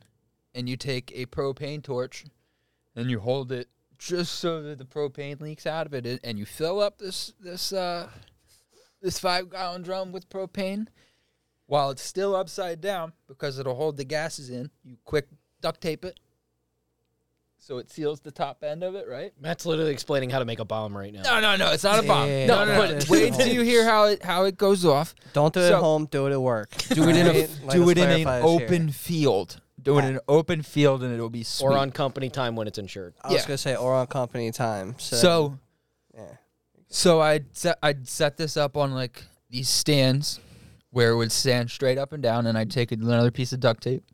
S4: and you take a propane torch, and you hold it just so that the propane leaks out of it, and- and you fill up this this uh, this five gallon drum with propane while it's still upside down because it'll hold the gases in. You quick duct tape it. So it seals the top end of it, right?
S6: Matt's literally explaining how to make a bomb right now.
S4: No, no, no! It's not a bomb.
S3: Yeah,
S4: no, no,
S3: that
S4: no!
S3: is
S4: Wait
S3: wrong.
S4: till you hear how it how it goes off,
S3: Don't do it
S4: So-
S3: at home. Do it at work.
S4: Do it in a
S3: Alright? Let
S4: do
S3: us
S4: it in an
S3: clarify this here.
S4: open field. Do it in an open field, and it'll be sweet.
S6: Or on company time when it's insured.
S3: I was
S4: yeah.
S3: gonna say or on company time. So,
S4: so
S3: yeah.
S4: so I would set, I'd set this up on like these stands, where it would stand straight up and down, and I'd take another piece of duct tape,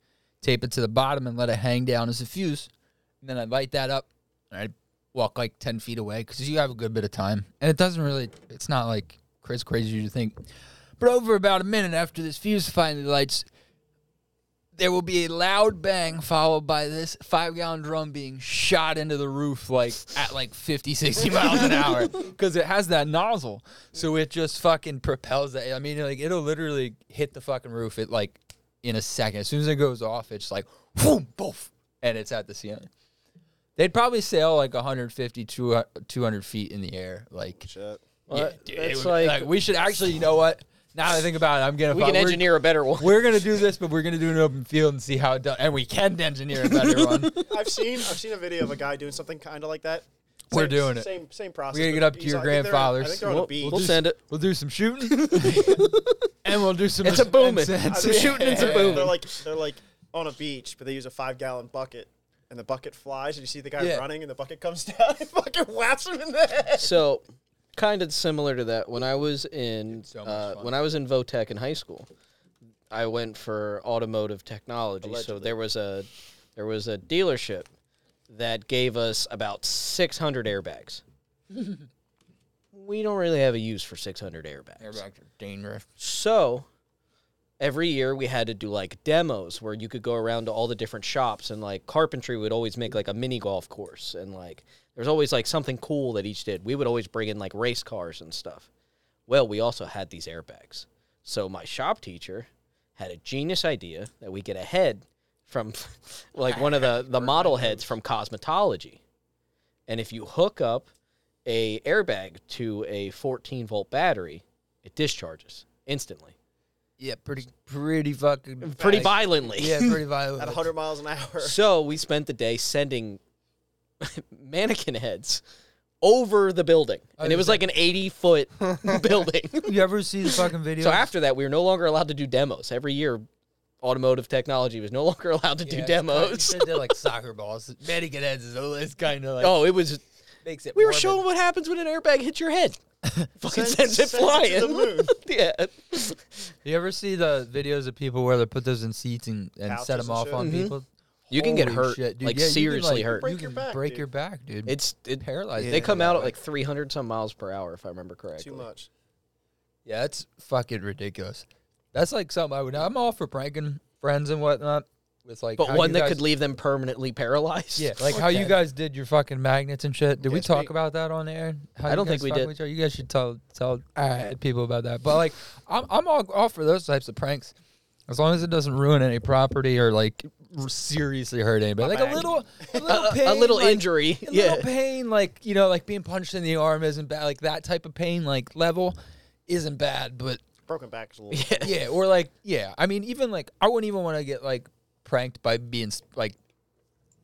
S4: tape it to the bottom, and let it hang down as a fuse. And then I'd light that up, and I'd walk like 10 feet away because you have a good bit of time. And it doesn't really, it's not like crazy, crazy as you think. But over about a minute after this fuse finally lights, there will be a loud bang followed by this five gallon drum being shot into the roof like at like 50 60 miles an hour because it has that nozzle so it just fucking propels that i mean like it'll literally hit the fucking roof it like in a second as soon as it goes off it's like boom poof and it's at the ceiling they'd probably sail like 150 to 200 feet in the air like
S5: Shit.
S6: Well,
S4: yeah,
S6: that-
S4: dude,
S6: that's
S4: it would-
S6: like-
S4: like, we should actually you know what now that I think about it, I'm gonna
S6: we can
S4: we're-
S6: engineer a better one.
S4: we're gonna do this, but we're gonna do an open field and see how it does. And we can engineer a better one.
S5: I've seen I've seen a video of a guy doing something kind of like that.
S4: We're
S5: Same-
S4: doing it.
S5: Same same
S4: We
S5: process.
S4: gotta
S5: but
S4: get up to
S5: he's
S4: your
S5: on- I think they're on- I
S4: grandfather's.
S5: think they're on a
S6: We'll-
S5: beach.
S6: we'll
S4: do
S6: send
S4: some-
S6: it.
S4: We'll do some shooting, and we'll do some.
S6: It's a booming.
S4: and-
S5: Some
S6: shooting and some booming.
S5: They're like they're like on a beach, but they use a five gallon bucket, and the bucket flies, and you see the guy
S4: Yeah.
S5: running, and the bucket comes down and fucking whaps him in the head.
S6: So, kind of similar to that. When I was in
S4: so much
S6: uh,
S4: fun.
S6: when I was in Votech in high school, I went for automotive technology. So there was a there was a dealership that gave us about 600 airbags. we don't really have a use for 600 airbags.
S4: Airbag are dangerous.
S6: So every year we had to do like demos where you could go around to all the different shops and like carpentry would always make like a mini golf course and like there's always like something cool that each did. We would always bring in like race cars and stuff. Well, we also had these airbags. So my shop teacher had a genius idea that we get a head from like one of the the model heads from cosmetology. And if you hook up a airbag to a 14 volt battery, it discharges instantly,
S4: Yeah, pretty, pretty fucking,
S6: pretty violently.
S4: Yeah, pretty
S5: At
S4: violent.
S5: 100 miles an hour.
S6: So we spent the day sending mannequin heads over the building, and it was like an 80 foot building.
S4: you ever see the fucking video?
S6: So after that, we were no longer allowed to do demos. Every year, automotive technology was no longer allowed to do demos.
S4: they're like soccer balls. Mannequin heads is always kind of like
S6: Oh, it was.
S4: makes it.
S6: We were
S4: morbid.
S6: showing what happens when an airbag hits your head. Fucking
S5: Sends-
S6: sends it
S5: sends it
S6: flying.
S5: to the moon.
S6: yeah.
S4: You ever see the videos of people where they put those in seats and, and
S5: Couches
S4: set them
S5: and
S4: off
S5: shit.
S4: on
S5: Mhm.
S6: Mm-hmm.
S4: people?
S6: You can get
S4: Holy
S6: hurt,
S4: shit, dude.
S6: like,
S4: Yeah, you can,
S6: seriously hurt.
S4: You
S5: Break your
S4: can
S5: back,
S4: break
S5: dude.
S4: your back, dude.
S6: It's it,
S4: paralyzed.
S6: They come out at like 300 some miles per hour, if I remember correctly.
S5: Too much.
S4: Yeah, that's fucking ridiculous. That's like something I would. I'm all for pranking friends and whatnot with like.
S6: But
S4: how
S6: one
S4: you
S6: that
S4: guys-
S6: could leave them permanently paralyzed.
S4: Yeah, like how you guys did your fucking magnets and shit. Did we
S5: Yes,
S4: talk
S5: we-
S4: about that on air? How
S6: I
S4: you
S6: don't
S4: guys
S6: think we
S4: fuck
S6: did.
S4: with each other? You guys should tell tell uh, people about that. But like, I'm I'm all, all for those types of pranks, as long as it doesn't ruin any property or like r- seriously hurt anybody. Like a little, a little, pain,
S6: a little
S4: like-
S6: injury.
S4: a
S6: yeah.
S4: little pain, like you know, like being punched in the arm isn't bad. Like that type of pain, like level, isn't bad. But
S5: Broken back is a little.
S4: yeah, or like yeah. I mean, even like I wouldn't even want to get like pranked by being s- like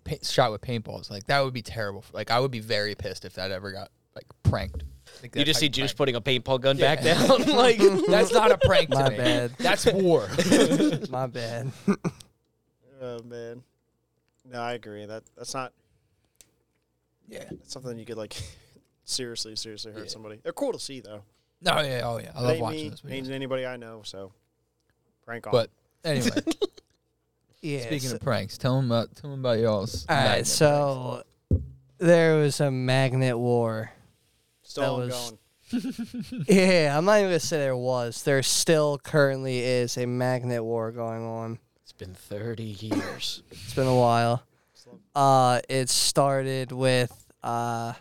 S4: pa- shot with paintballs. Like that would be terrible. Like I would be very pissed if that ever got like pranked. Like,
S6: you
S4: that
S6: just see
S4: type of
S6: Juice
S4: prank.
S6: putting a paintball gun back down. like,
S4: That's not a prank to
S3: My
S4: me.
S3: bad.
S4: That's war.
S3: My bad.
S5: Oh man. No, I agree. That that's not
S4: yeah.
S5: that's something you could like seriously, seriously hurt somebody. They're cool to see though.
S4: No. Yeah. Oh yeah. I
S5: It
S4: love
S5: ain't me,
S4: watching those
S5: ain't
S4: videos.
S5: anybody I know, so prank on.
S4: But anyway,
S3: Yeah.
S4: speaking
S3: so-
S4: of pranks, tell them about tell them about y'all's.
S3: all right,
S4: magnet
S3: so there was a magnet war.
S5: still
S3: that
S5: ongoing.
S3: was- Yeah, I'm not even gonna say there was. There still currently is a magnet war going on.
S6: it's been 30 years.
S3: It's been a while. Uh, it started with uh,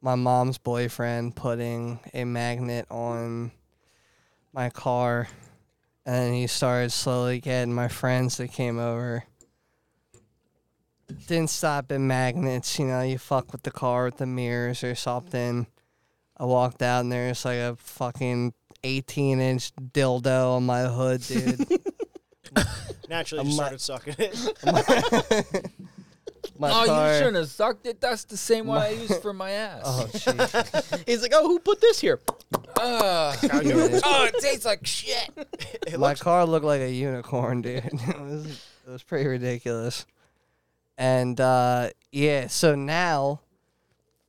S3: my mom's boyfriend putting a magnet on my car, and then he started slowly getting my friends that came over. Didn't stop at magnets, you know. You fuck with the car with the mirrors or something. I walked out and there's like a fucking 18 inch dildo on my hood, dude.
S5: Naturally,
S3: I'm
S5: you
S3: not-
S5: started sucking it.
S3: My
S4: Oh,
S3: car-
S4: you shouldn't have sucked it. That's the same one I used for my ass.
S3: Oh, jeez.
S6: Uh-huh. He's like, oh, who put this here?
S4: Ugh.
S5: Now you know it's-
S4: oh, it tastes like shit.
S5: it
S3: my
S5: looks
S3: car looked like a unicorn, dude. it, was, it was pretty ridiculous. And uh, yeah, so now,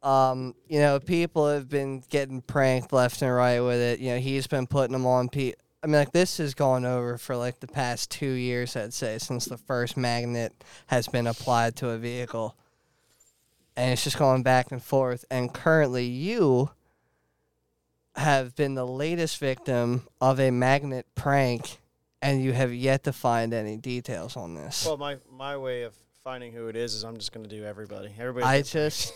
S3: um, you know, people have been getting pranked left and right with it. You know, he's been putting them on pe- I mean, like this has gone over for like the past two years, I'd say, since the first magnet has been applied to a vehicle, and it's just going back and forth. And currently, you have been the latest victim of a magnet prank, and you have yet to find any details on this.
S5: Well, my my way of finding who it is is I'm just gonna do everybody. Everybody.
S3: I just,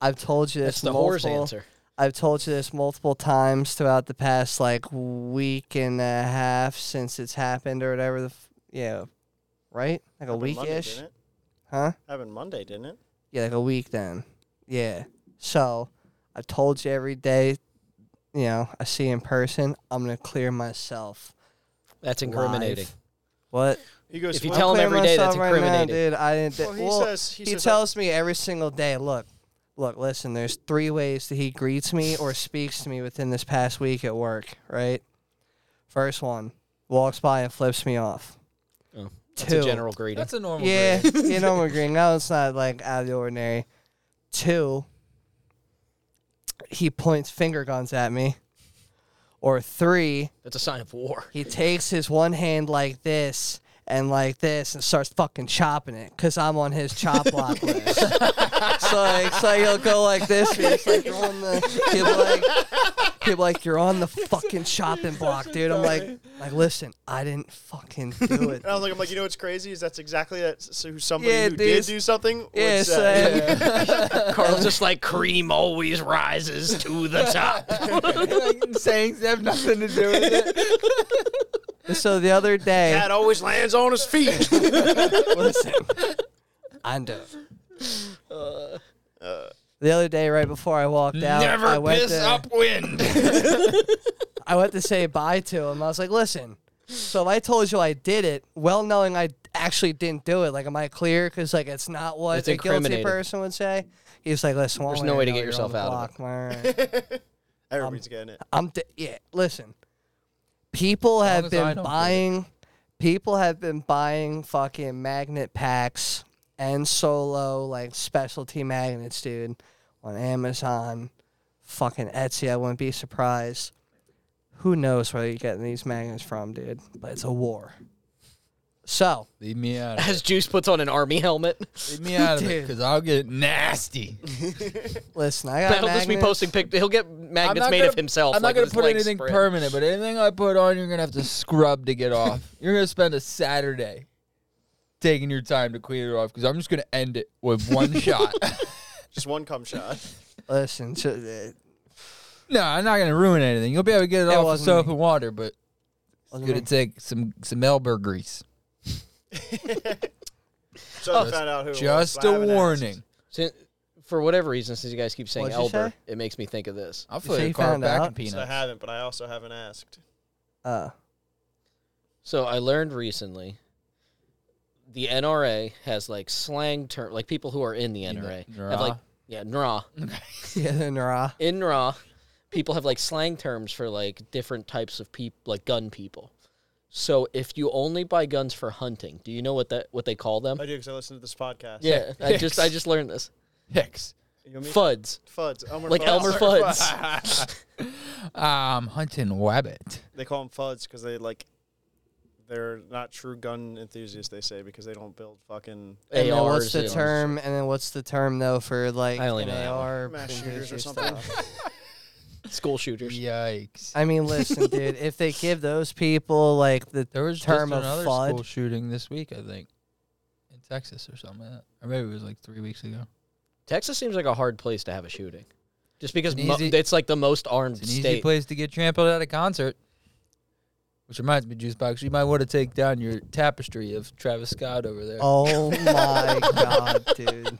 S3: I've told you this
S6: That's the whore's
S3: multiple,
S6: answer.
S3: I've told you this multiple times throughout the past like week and a half since it's happened or whatever the f- yeah, right? Like a
S5: Happened
S3: week
S5: Monday,
S3: ish,
S5: didn't it?
S3: huh?
S5: Happened Monday, didn't it?
S3: Yeah, like a week then. Yeah. So I told you every day, you know, I see in person, I'm gonna clear myself.
S6: That's incriminating.
S3: live. What?
S5: He goes.
S6: If you
S5: "Well,
S6: tell him
S3: Clear
S6: every day, that's
S3: myself right now,
S6: incriminating.
S3: dude. I didn't.
S5: Well, he
S3: well,
S5: says he,
S3: he
S5: says,
S3: tells me every single day, look, look, listen, there's three ways that he greets me or speaks to me within this past week at work, right? First one, walks by and flips me off.
S6: Oh, That's
S3: Two,
S6: a general greeting.
S4: That's a normal.
S3: yeah,
S4: grade.
S3: you know, we're green. No, it's not like out of the ordinary. Two, he points finger guns at me. Or three,
S6: That's a sign of war.
S3: he takes his one hand like this and like this and starts fucking chopping it because I'm on his chop block list. so like, so he'll go like this. And it's like you're on the. He'll be like, he'll be like, you're on the fucking chopping block, dude. I'm like, like, listen, I didn't fucking do it.
S5: And I was like, I'm like, you know what's crazy is that's exactly that. So who- somebody
S3: Yeah,
S5: who
S3: dude.
S5: did do something. would
S3: Yeah,
S5: say.
S3: so
S6: Carl's just like cream always rises to the top.
S4: Like, sayings have nothing to do with it.
S3: so the other day,
S5: Cat always lands on his feet.
S3: Listen, I know. the other day, right before I walked out, I
S4: Uh, Never
S3: went
S4: piss
S3: to,
S4: upwind.
S3: I went to say bye to him. I was like, "Listen, so if I told you I did it, well knowing I actually didn't do it, like, am I clear? Because like it's not what
S6: It's
S3: a guilty
S6: incriminating.
S3: person would say." He was like, "Listen, one
S6: There's
S3: way
S6: no
S3: or
S6: way to
S3: another,
S6: get
S3: you're on
S6: yourself
S3: the
S6: out of
S3: block, man. All right.
S5: Everybody's
S3: Um,
S5: getting it.
S3: I'm di- yeah. Listen, people have
S4: as I
S3: been
S4: don't do it.
S3: buying, people have been buying fucking magnet packs and solo like specialty magnets, dude, on Amazon, fucking Etsy. I wouldn't be surprised. Who knows where you're getting these magnets from, dude? But it's a war. So
S4: Leave me out. Of it.
S6: As Juice puts on an army helmet.
S4: Leave me out of it
S3: Dude.
S4: because I'll get nasty.
S3: listen, I got
S6: That'll just be
S3: magnets.
S6: posting pictures. He'll get
S4: I'm
S6: magnets
S4: not
S6: made
S4: gonna-
S6: of himself.
S4: I'm not
S6: like,
S4: gonna
S6: with his
S4: put
S6: legs
S4: anything
S6: spread.
S4: permanent, but anything I put on, you're gonna have to scrub to get off. you're gonna spend a Saturday taking your time to clean it off because I'm just gonna end it with one shot.
S5: Just one cum shot.
S3: Listen, so, uh,
S4: No, I'm not gonna ruin anything. You'll be able to get
S3: It
S4: it, off with
S3: wasn't
S4: soap
S3: me.
S4: and water, but it's
S3: Wasn't
S4: gonna
S3: me.
S4: take some some elbow grease.
S5: So I
S4: Just-
S5: found out who. it was,
S4: Just
S5: but I
S4: a
S5: haven't asked.
S4: warning.
S6: Sin- for whatever reason, since you guys keep saying
S3: What'd you
S6: Elber,
S3: say?
S6: it makes me think of this.
S4: I'll
S3: say
S4: flip
S3: you
S4: your car
S3: found
S4: back
S3: out?
S4: and
S5: So I
S4: peanuts.
S5: haven't, but I also haven't asked.
S3: uh,
S6: So I learned recently the NRA has like slang term, like people who are in the NRA have like
S4: NRA.
S6: yeah, NRA.
S3: yeah, then rah.
S6: In NRA, people have like slang terms for like different types of people, like gun people. So if you only buy guns for hunting, do you know what that what they call them?
S5: I do because I listened to this podcast.
S6: Yeah, I just I just learned this.
S4: Hicks.
S5: You know me?
S6: Fuds,
S5: Fuds. Elmer
S6: like
S5: Fuds.
S6: Elmer Fuds.
S4: I'm Um, hunting wabbit.
S5: They call them Fuds because they like. They're not true gun enthusiasts, they say, because they don't build fucking
S3: And then what's
S6: ARs
S3: the
S6: and-
S3: term? And then what's the term though for like
S6: I only
S3: an
S6: know that one.
S3: AR
S5: mass
S3: and
S5: shooters or
S3: stuff?
S5: something.
S6: School shooters.
S4: Yikes.
S3: I mean, listen, dude. If they give those people like the
S4: There was
S3: term
S4: just
S3: of
S4: another
S3: FUD.
S4: school shooting this week, I think, in Texas or something. Like that. Or maybe it was like three weeks ago.
S6: Texas seems like a hard place to have a shooting, just because
S4: It's an
S6: mo-
S4: easy-
S6: it's like the most armed
S4: It's an easy
S6: state.
S4: place to get trampled at a concert. Which reminds me, Juice Box, you might want to take down your tapestry of Travis Scott over there.
S3: oh my god, dude,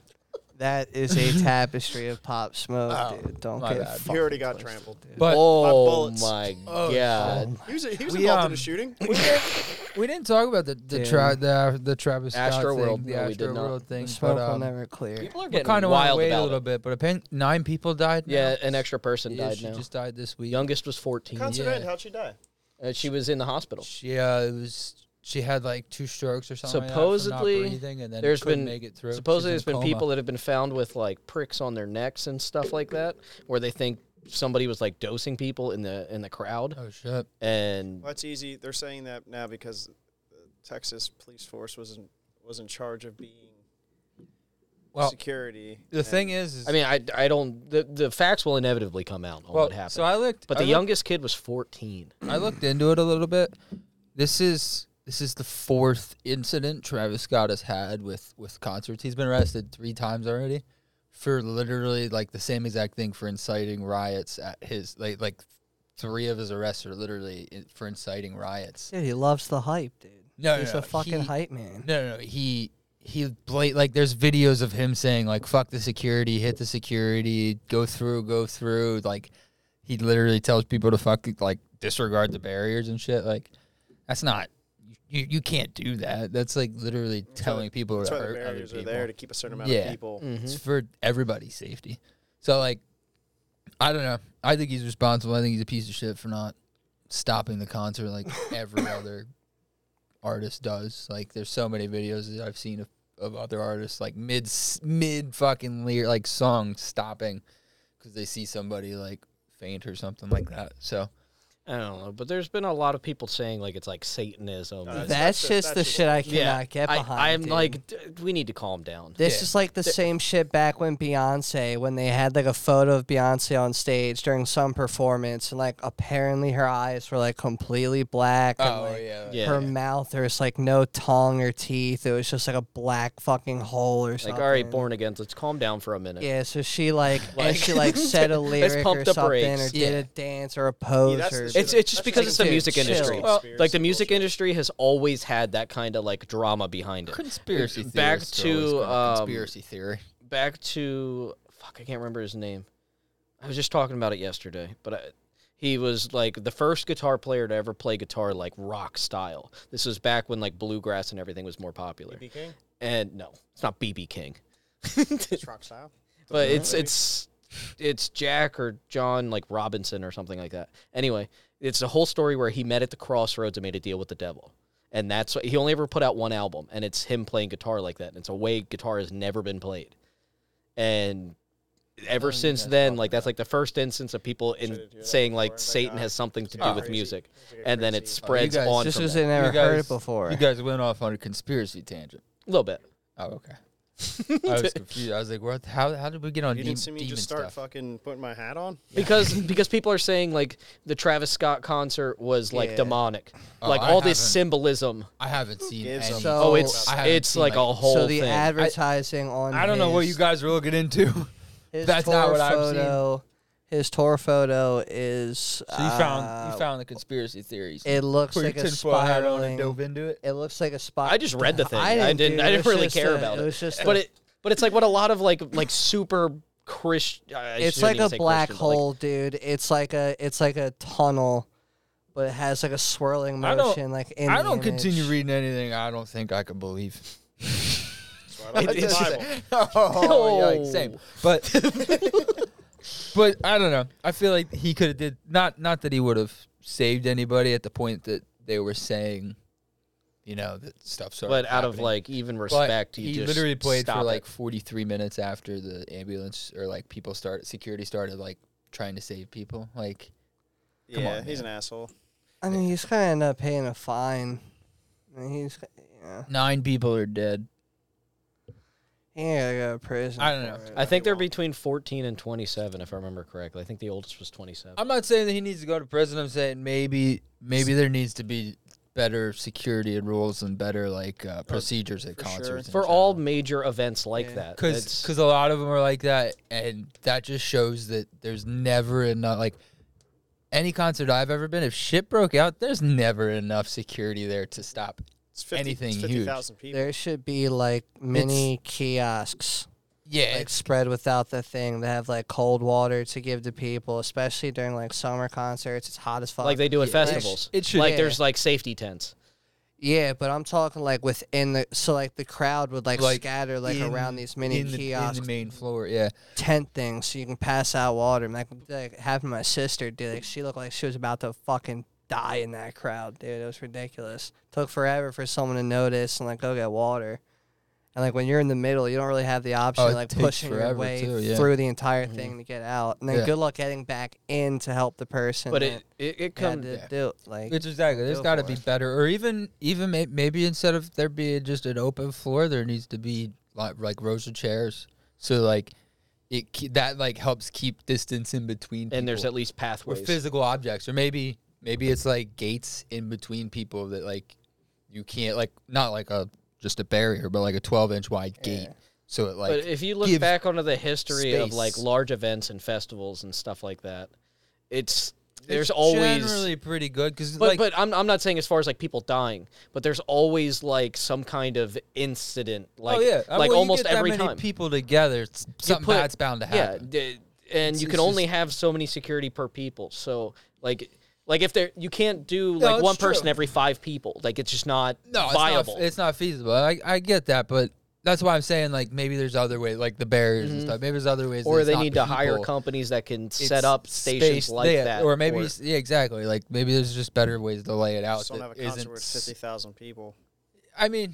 S3: that is a tapestry of pop smoke, dude. Don't
S4: Oh, my
S3: get
S4: bad.
S5: He already
S3: fucking
S5: got
S3: twisted,
S5: trampled.
S3: dude.
S4: But
S6: Oh
S5: bullets.
S6: my
S4: Oh,
S6: god!
S5: He was, he was
S4: We,
S5: involved in
S4: um,
S5: a shooting.
S4: we didn't, we didn't talk about the the,
S3: Dude.
S4: tra- the, the Travis Scott
S6: Astroworld.
S4: thing, the
S6: No, we did
S4: Astro
S6: not.
S4: World thing.
S3: The smoke
S4: But, um,
S3: will never clear.
S6: People are
S4: we
S6: getting
S4: kind of went
S6: wild
S4: away a
S6: about
S4: little
S6: it.
S4: bit, but apparently nine people died. now.
S6: Yeah, an extra person
S4: Yeah,
S6: died
S4: she
S6: now.
S4: just died this week.
S6: Youngest was 14.
S5: Concert
S4: yeah.
S5: end. How'd she die?
S6: Uh, she was in the hospital.
S4: She uh, it was she had like two strokes or something. like that from not
S6: Supposedly,
S4: breathing, and then
S6: there's
S4: couldn't
S6: been-
S4: make it through. She was
S6: Supposedly,
S4: in
S6: there's been
S4: coma.
S6: people that have been found with like pricks on their necks and stuff like that, where they think somebody was like dosing people in the in the crowd,
S4: Oh shit.
S6: and
S5: Well, that's easy. They're saying that now because the Texas police force was in, was in charge of being
S4: Well,
S5: security.
S4: the thing is, is
S6: I mean, I, I don't the, the facts will inevitably come out on
S4: well,
S6: what happened.
S4: so I looked,
S6: but
S4: I
S6: the
S4: looked-
S6: youngest kid was 14.
S4: I looked into it a little bit. This is this is the fourth incident Travis Scott has had with with concerts. He's been arrested three times already for literally like the same exact thing for inciting riots at his like like three of his arrests are literally in- for inciting riots.
S3: Dude, he loves the hype, dude.
S4: No, no,
S3: He's
S4: no,
S3: a fucking
S4: he-
S3: hype man.
S4: No, no, no, he he blat- like there's videos of him saying like fuck the security, hit the security, go through, go through. Like he literally tells people to fuck like disregard the barriers and shit. Like that's not you you can't do that. That's like literally telling people
S5: That's
S4: to
S5: why the
S4: hurt other
S5: barriers
S4: people.
S5: are there to keep a certain amount
S4: Yeah. Mm.
S5: of people.
S4: It's
S6: Mm-hmm.
S4: for everybody's safety. So like I don't know. I think he's responsible. I think he's a piece of shit for not stopping the concert like every other artist does. Like there's so many videos that I've seen of, of other artists like mid s- mid fucking lyric like song stopping cuz they see somebody like faint or something like that. So
S6: I don't know, but there's been a lot of people saying like it's like Satanism.
S5: No,
S6: and-
S5: that's-
S3: That's
S5: that's-
S3: just the
S5: that's-
S3: shit I cannot get
S6: I-
S3: behind.
S6: I'm
S3: dude.
S6: like, d- we need to calm down.
S3: This
S4: Yeah.
S3: is like the same shit back when Beyonce, when they had like a photo of Beyonce on stage during some performance, and like apparently her eyes were like completely black. and, like,
S4: Oh, yeah.
S6: Oh, Yeah.
S3: Her mouth, there was like no tongue or teeth. It was just like a black fucking hole or something.
S6: Like, all right, born again, let's calm down for a minute.
S3: Yeah, so she like, and
S6: Like-
S3: she like said a
S6: Let's
S3: lyric
S6: pump
S3: or
S6: the
S3: something,
S6: brakes.
S3: or did
S4: Yeah.
S3: a dance or a pose.
S5: that's the
S3: or,
S5: shit
S6: It's it's
S5: That's
S6: just because it's the
S5: like
S6: music
S3: dude,
S6: industry.
S3: chill.
S5: Well,
S6: like the music
S5: bullshit.
S6: industry has always had that kind of like drama behind it.
S4: Conspiracy theory.
S6: Back to, um,
S4: conspiracy theory.
S6: back to fuck i can't remember his name i was just talking about it yesterday but I, he was like the first guitar player to ever play guitar like rock style this was back when like bluegrass and everything was more popular
S5: B.B. King,
S6: and no it's not bb king
S5: it's rock style.
S6: but it's it's it's jack or john like robinson or something like that anyway it's the whole story where he met at the crossroads and made a deal with the devil and that's what he only ever put out one album and it's him playing guitar like that and it's a way guitar has never been played and ever since then like that's like the first instance of people in
S5: Should've do that
S6: saying
S5: before.
S6: like
S5: Like,
S6: satan
S5: ah,
S6: has something to do
S5: gonna
S6: with
S5: crazy.
S6: music
S5: It's gonna
S6: and then
S5: crazy.
S6: it spreads
S4: guys-
S6: on
S3: just
S6: from
S3: because
S6: that.
S3: they never
S4: You
S3: heard
S4: guys-
S3: it before.
S4: You guys went off on a conspiracy tangent.
S6: a little bit
S4: Oh, okay. I was confused. I was like, "What? How? How did we get on
S5: You
S4: de-
S5: didn't see me
S4: demon
S5: just start
S4: stuff?"
S5: fucking putting my hat on?
S6: because because people are saying like the Travis Scott concert was like
S3: Yeah.
S6: demonic,
S4: Oh,
S6: like
S4: I
S6: all this
S4: haven't.
S6: symbolism.
S4: I haven't seen
S5: gives
S4: any.
S5: a
S3: So-
S6: Oh,
S3: Oh,
S6: it's
S4: I haven't
S6: it's
S4: seen,
S6: like, a whole
S3: so the
S6: thing.
S3: advertising on
S4: I don't know what
S3: his-
S4: you guys were looking into. So you
S3: His
S4: That's
S3: tour
S4: not what I've seen.
S3: photo, His tour photo is. So
S5: Uh,
S4: found you found the conspiracy theories.
S3: It looks
S4: Put your
S3: like a
S4: tinfoil hat on
S3: spiraling.
S4: and dove into it.
S3: It looks like a spot.
S6: I just read the thing. I didn't. I didn't,
S3: do- it was
S6: really
S3: just
S6: care
S3: a-
S6: about it.
S3: It was just.
S6: but
S3: a-
S6: it but it's like what a lot of like like super uh, Christian.
S3: It's like a black hole, dude. It's like a. It's like a tunnel, but it has like a swirling
S4: I don't-
S3: motion. Like in
S4: I
S3: the
S4: don't continue
S3: image.
S4: reading anything. I don't think I could believe.
S5: It's
S6: it's-
S5: Bible.
S4: oh, yikes,
S5: Oh.
S4: same. But but I don't know. I feel like he could have did not not that he would have saved anybody at the point that they were saying, you know, that stuff started.
S6: but out of
S4: happening.
S6: like even
S4: But
S6: respect, you
S4: he
S6: just
S4: literally played
S6: stop
S4: for
S6: it.
S4: like 43 minutes after the ambulance or like people started security started like trying to save people. Like Come
S5: yeah,
S4: on,
S5: he's
S4: man.
S5: an asshole.
S3: I mean, he's gonna end up paying a fine. I mean, he's yeah.
S4: nine people are dead.
S3: He ain't gotta go to prison.
S4: I don't know.
S3: for it.
S6: I think they're between fourteen and twenty seven, if I remember correctly. I think the oldest was twenty seven.
S4: I'm not saying that he needs to go to prison. I'm saying maybe maybe there needs to be better security and rules and better like uh, procedures at
S5: for sure.
S4: concerts in
S6: For all
S4: general.
S6: major events like
S3: Yeah.
S6: that,
S4: Cause,
S6: It's-
S4: 'cause a lot of them are like that, and that just shows that there's never enough. Like any concert I've ever been, if shit broke out, there's never enough security there to stop.
S5: It's 50,
S4: Anything
S5: it's
S4: huge.
S5: 50,000 people.
S3: There should be like mini kiosks.
S4: Yeah,
S3: like spread without the thing. They have like cold water to give to people, especially during like summer concerts. It's hot as fuck.
S6: like they do at
S4: Yeah.
S6: festivals.
S4: It should-
S6: like
S3: Yeah.
S6: there's like safety tents.
S3: yeah, but I'm talking like within the so like the crowd would like,
S4: Like,
S3: scatter like
S4: in-
S3: around these mini
S4: in the,
S3: kiosk
S4: in the main floor. Yeah,
S3: tent things, so you can pass out water. And, like, like having my sister do like she looked like she was about to fucking die in that crowd, dude. It was ridiculous. Took forever for someone to notice and like go get water. And, And like when you're in the middle, you don't really have the option
S4: Oh,
S3: of
S4: it
S3: like
S4: takes
S3: pushing your
S4: forever,
S3: way
S4: too, yeah. Mm-hmm.
S3: through the entire thing to get out. And then
S4: Yeah.
S3: good luck getting back in to help the person.
S6: But
S3: that
S6: it it, it
S3: had
S6: comes
S3: to do it. Like
S4: It's exactly. There's
S3: go
S4: got to
S3: for
S4: be
S3: it.
S4: better, or even even may, maybe instead of there being just an open floor, there needs to be like like rows of chairs. So like it ke- that like helps keep distance in between.
S6: and there's
S4: people.
S6: at least
S4: or
S6: pathways.
S4: physical objects, or maybe maybe it's like gates in between people that like you can't like not like a just a barrier, but like a 12 inch wide gate. So it like
S6: but if you look
S4: give
S6: back onto the history of like
S4: space.
S6: large events and festivals and stuff like that, it's
S4: it's
S6: there's always
S4: generally pretty good because
S6: But,
S4: like
S6: but I'm, I'm not saying as far as like people dying, but there's always like some kind of incident, like
S4: oh yeah, I-
S6: like
S4: well, you
S6: almost
S4: get that
S6: every
S4: many
S6: time.
S4: people together, it's- something
S6: put-
S4: bad's bound to
S6: yeah,
S4: happen.
S6: d- and you
S4: it's
S6: can only
S4: just-
S6: have so many security per people. So like like if there you can't do
S4: No,
S6: like
S4: it's
S6: one
S4: true.
S6: person every five people. Like it's just not
S4: no, it's
S6: viable.
S4: Not, it's not feasible. I, I get that, but that's why I'm saying like maybe there's other ways, like the barriers and stuff. Maybe there's other ways. that
S6: Mm-hmm. or
S4: it's
S6: they
S4: not
S6: need to hire
S4: people.
S6: companies that can
S4: It's
S6: set up stations
S4: space-
S6: like
S4: yeah,
S6: that.
S4: or maybe s- yeah, exactly. Like maybe there's just better ways to lay it out.
S5: Just don't
S4: that
S5: have a concert
S4: isn't
S5: with
S4: s-
S5: fifty thousand people.
S4: I mean,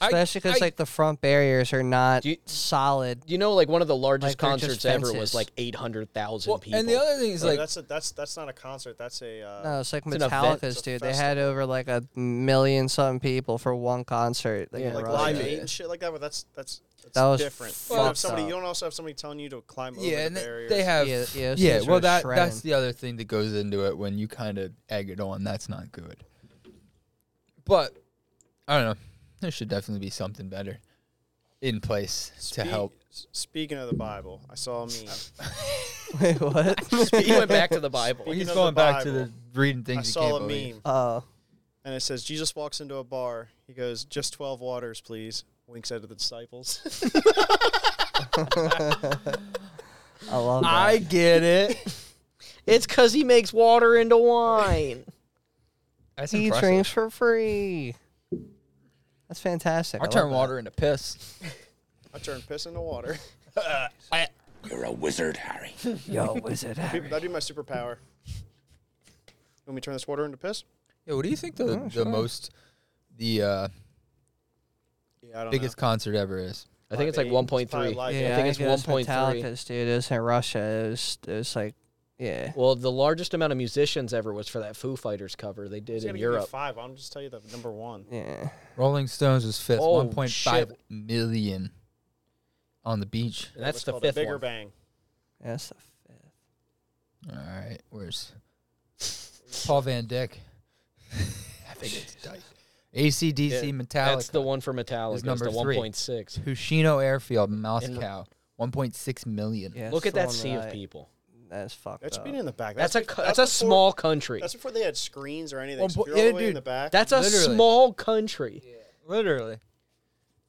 S4: I-
S3: especially
S4: I-
S3: because like the front barriers are not
S6: Do you-
S3: solid.
S6: you know, like one of the largest
S3: Like, they're just
S6: concerts ever
S3: fences.
S6: was like eight hundred thousand
S4: well,
S6: people.
S4: and the other thing is
S5: No,
S4: like
S5: Oh, that's a, that's that's not a concert. That's a uh,
S3: No, it's like
S6: an event,
S3: Metallica's,
S5: it's a
S3: dude. They had
S5: festival.
S3: over like a million something people for one concert. They
S6: Yeah,
S3: could
S5: like
S3: run.
S5: live
S4: yeah.
S5: eight and shit like that. But that's that's that's
S3: That was
S5: different. You,
S3: fucked
S5: don't have somebody,
S3: up.
S5: you don't also have somebody telling you to climb over
S4: yeah,
S5: the
S4: and they,
S5: barriers.
S4: they have
S3: Yeah,
S4: yeah,
S3: yeah, those things
S4: well
S3: are
S4: that that's
S3: shredding.
S4: the other thing that goes into it when you kind of egg it on. That's not good. But I don't know. There should definitely be something better in place to
S5: Spe-
S4: help.
S5: s- Speaking of the Bible, I saw a meme.
S3: Wait, what?
S6: he went back to the Bible.
S5: Speaking
S4: He's
S5: of
S4: going
S5: the
S4: back to the
S5: Bible,
S4: reading
S5: I
S4: things you
S5: saw
S4: can't
S5: a
S4: believe.
S5: meme,
S3: Oh,
S5: and it says Jesus walks into a bar. He goes, "Just twelve waters, please." Winks at the disciples.
S3: I love that.
S4: I get it.
S6: It's because he makes water into wine.
S4: That's
S3: he
S4: impressive.
S3: drinks for free. That's fantastic.
S4: I
S3: love
S4: turn
S3: that.
S4: water into piss.
S5: I turned piss into water.
S1: You're a wizard, Harry.
S3: Yo, wizard. Harry.
S5: That'd be my superpower. Let me turn this water into piss.
S4: Yeah, what do you think the, the most the uh,
S5: Yeah, I don't
S4: biggest concert ever is?
S6: I think it's like
S5: Live Aid.
S6: one
S5: It's
S6: point
S5: probably
S6: three.
S5: Live
S3: yeah,
S6: I think it's
S3: it was
S6: 1.3.
S3: Metallica's, dude. It was in Russia. It was, it was like, yeah.
S6: Well, the largest amount of musicians ever was for that Foo Fighters cover they did
S5: It's
S6: in
S5: gonna give you
S6: Europe.
S5: five. I'll just tell you the number one.
S3: Yeah.
S4: Rolling Stones was fifth,
S6: Oh,
S4: 1.5 million on the beach.
S6: And that's
S5: What's
S6: the
S5: called
S6: fifth
S5: Bigger
S6: one.
S5: Bang.
S3: That's the fifth.
S4: All right, where's Paul Van Dyck? I think it's tight. ACDC
S6: Yeah,
S4: Metallica.
S6: That's the one for Metallica. It's
S4: number
S6: the
S4: three.
S6: one point six.
S4: Pushino Airfield, Moscow. 1.6 million.
S3: Yeah,
S6: Look
S3: it's
S6: at
S3: the
S6: that
S3: one
S6: sea of
S3: I-
S6: people.
S3: That's fucked
S5: That's
S3: up.
S5: being in the back.
S6: That's, a
S5: bef-
S6: co- that's, a
S5: before-
S6: small country.
S5: That's
S6: That's,
S5: before they had screens or anything. So
S4: Well,
S5: if you're all
S4: yeah,
S5: the way in
S4: dude.
S5: the back.
S6: a
S4: literally.
S6: small country.
S4: Literally.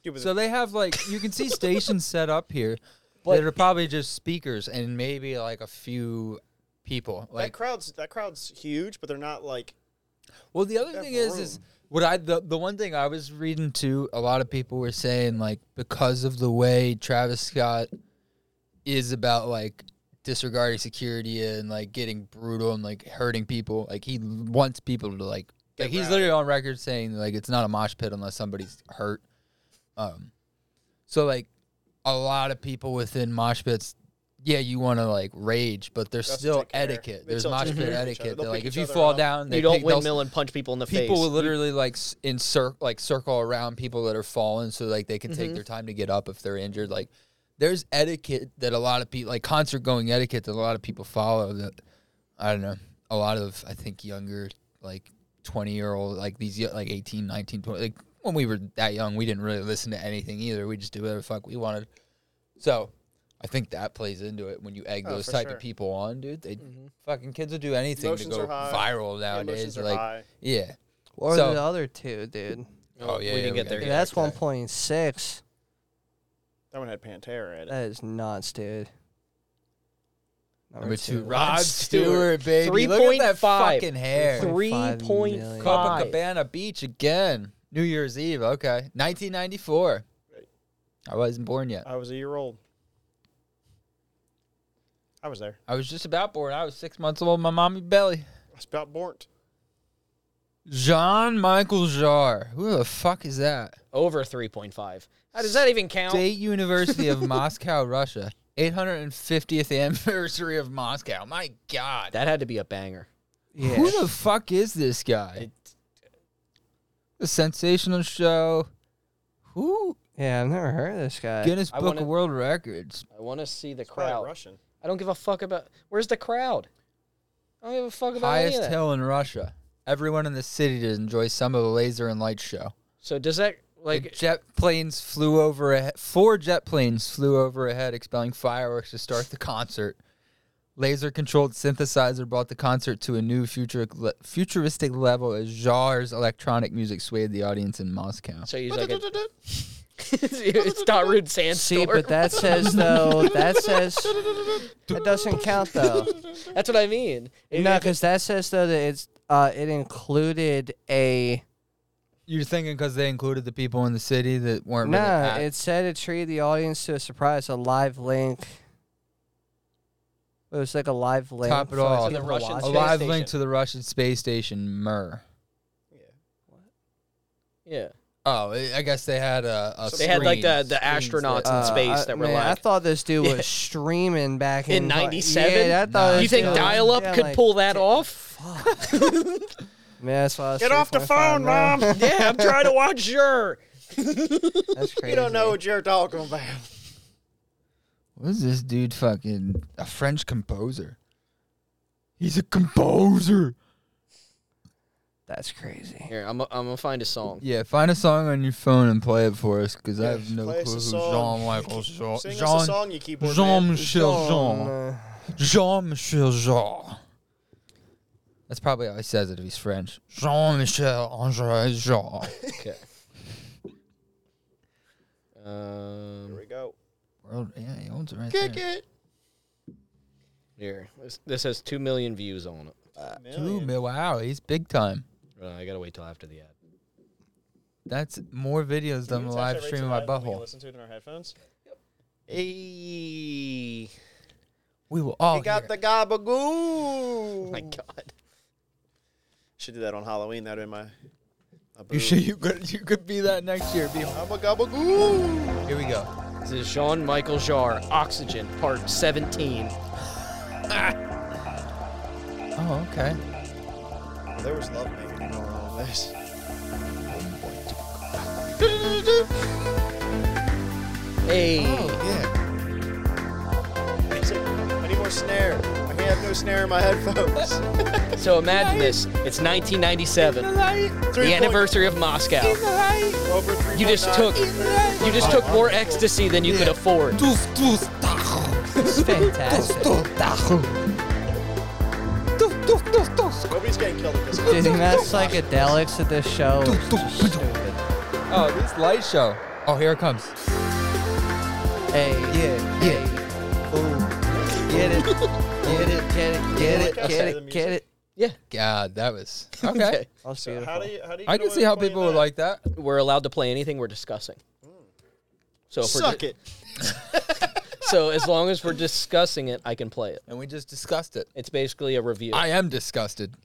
S5: Yeah, but
S4: So they have like you can see stations set up here that are probably just speakers and maybe like a few people.
S5: that
S4: Like
S5: crowd's that crowd's huge, but they're not like
S4: Well, the other
S5: They have
S4: thing is, is what I the, the one thing I was reading too. A lot of people were saying like because of the way Travis Scott is about like disregarding security and like getting brutal and like hurting people. Like he wants people to like like he's
S5: rowdy.
S4: literally on record saying like it's not a mosh pit unless somebody's hurt. Um, so like a lot of people within mosh pits. Yeah, you want to like rage, but there's
S5: That's
S4: still
S5: take care.
S4: etiquette.
S5: They
S4: There's
S5: still
S4: mosh
S5: take
S4: pit
S5: care of each
S4: etiquette.
S5: other.
S4: That,
S5: They'll
S4: like
S5: pick
S4: if
S5: each
S4: you
S5: other
S4: fall
S5: up.
S4: down, they
S6: you don't
S4: pick- they'll-
S6: windmill and punch people in the
S4: people
S6: face.
S4: will literally like s- insert like circle around people that are falling so like they can
S6: Mm-hmm.
S4: take their time to get up if they're injured like there's etiquette that a lot of people like concert going etiquette that a lot of people follow that i don't know a lot of i think younger like 20 year old like these yo- like 18 19 20 like when we were that young we didn't really listen to anything either we just did whatever the fuck we wanted so i think that plays into it when you egg
S5: Oh,
S4: those
S5: for
S4: type
S5: sure. Mm-hmm.
S4: of people on dude they fucking kids will do anything
S5: Emotions
S4: to go
S5: are high.
S4: viral nowadays
S5: emotions are
S4: like
S5: high.
S4: yeah
S3: What were
S4: So-
S3: the other two, dude?
S4: Oh, yeah,
S6: we
S4: yeah,
S6: didn't
S4: we
S6: get there.
S4: got
S3: Dude, that's
S6: yet.
S3: 1.6.
S5: That one had Pantera in it.
S3: That is nuts, dude.
S4: Number two,
S3: Rob.
S4: Rod
S6: Stewart.
S4: Stewart, baby. Look at that
S6: 3.5.
S4: fucking hair.
S3: 3.5
S6: 3.5.
S3: million.
S4: Copacabana Beach again. New Year's Eve. Okay, 1994. I wasn't born yet.
S5: I was a year old. I was there.
S4: I was just about born. I was six months old. in My mommy belly.
S5: I was about born.
S4: Jean Michael Jarre. Who the fuck is that?
S6: Over 3.5. How does that even count?
S4: State University of Moscow, Russia. 850th anniversary of Moscow. My God.
S6: That had to be a banger.
S3: Yeah.
S4: Who the fuck is this guy? A sensational show. Who?
S3: yeah, I've never heard of this guy.
S4: Guinness
S6: I
S4: Book
S6: wanna-
S4: of World Records.
S6: I want to see the
S5: Probably
S6: crowd.
S5: Russian.
S6: I don't give a fuck about. Where's the crowd? I don't give a fuck about any of
S4: Highest
S6: that.
S4: hill in Russia. Everyone in the city to enjoy some of the laser and light show.
S6: So does that
S4: Like
S6: like?
S4: jet planes flew over ahead. Four jet planes flew overhead, expelling fireworks to start the concert. Laser-controlled synthesizer brought the concert to a new future, futuristic level as Jar's electronic music swayed the audience in Moscow.
S6: So he's like, a, it's not rude sandstorm.
S3: See, but that says though that says that doesn't count though.
S6: that's what I mean. If-
S3: No,
S6: if it-
S3: because that says though that it's uh it included a
S4: You're thinking because they included the people in the city that weren't really
S3: nah.
S4: at-
S3: It said it treated the audience to a surprise, a live link. It was like a live link.
S4: Top it
S3: for, like,
S4: off.
S3: people
S6: The
S3: to
S6: Russian
S3: watch
S4: a
S6: space
S3: it.
S4: live link
S6: station.
S4: to the Russian space station Mir.
S6: yeah,
S4: Oh, I I guess they had a. a
S6: they had like the
S4: screen-
S6: the
S4: screens
S6: astronauts
S4: that-
S6: in
S3: Uh,
S6: space
S3: I,
S6: that were
S3: man, I
S6: like.
S3: thought this dude was
S6: Yeah.
S3: streaming back
S6: In
S3: in like-
S6: 97?
S3: Yeah, I thought
S4: Nah.
S6: you
S3: this
S6: think
S3: dude was-
S6: dial up
S3: yeah,
S6: could
S3: like,
S6: pull that off?
S3: Man, that's why I was
S5: Get off the
S3: 3.5,
S5: phone,
S3: man.
S5: mom.
S6: yeah, I'm trying to watch your.
S3: That's crazy.
S5: You don't know what you're talking about.
S4: What is this dude fucking a French composer? He's a composer.
S3: That's crazy.
S6: Here, I'm I'm gonna find a song.
S4: Yeah, find a song on your phone and play it for us, because I
S5: Yeah,
S4: have no
S5: play
S4: clue
S5: us a
S4: who
S5: song.
S4: Jean Michael Jean
S5: Sing us a song, you keyboard
S4: Jean
S5: man.
S4: Michel Jean
S3: Uh,
S4: Jean Michel Jean. That's probably how he says it if he's French. Jean Michel Andre Jean.
S6: Okay.
S5: Here
S6: Um,
S5: we go.
S4: World, yeah, he owns it right
S5: Kick
S4: there.
S5: it.
S6: here, this, this has two million views on it.
S4: Ooh, man, wow, he's big time.
S6: Uh, I gotta wait till after the ad.
S4: That's more videos than the live stream of my butthole.
S5: Listen to it in our headphones.
S6: Hey.
S4: We will all
S5: He got
S4: hear
S5: the gabagoo.
S6: My God.
S5: Should do that on Halloween. That'd be my.
S4: it. You should. You could. You could be that next year. Be
S5: I'm a gabagoo.
S4: Here we go.
S6: This is Jean Michael Jarre, Oxygen, Part 17.
S4: Oh, okay.
S5: There was love making going on with this.
S6: Hey.
S4: Yeah.
S5: I need more snare. I can't have no snare in my headphones.
S6: So imagine this. It's 1997,
S5: Three
S6: the
S5: point-
S6: anniversary of Moscow.
S5: Over three
S6: You just took you just took more ecstasy than you could afford.
S3: it's fantastic.
S5: Nobody's getting killed at this.
S3: Dude, the amount of psychedelics at this show is just stupid.
S4: Oh, this light show. Oh, here it comes.
S3: Hey, yeah, yeah. Get it. Get it, get it, get it,
S5: Like I
S3: get
S5: said, the
S3: it, get it.
S6: Yeah.
S4: God, that was okay.
S3: That was
S5: So how do
S3: beautiful.
S5: you? How do you?
S4: I can
S5: get away
S4: see
S5: with
S4: how
S5: playing
S4: people would
S5: that?
S4: like that.
S6: We're allowed to play anything we're discussing. So if we're
S5: Suck
S6: di-
S5: it.
S6: so as long as we're discussing it, I can play it.
S4: And we just discussed it.
S6: It's basically a review.
S4: I am disgusted.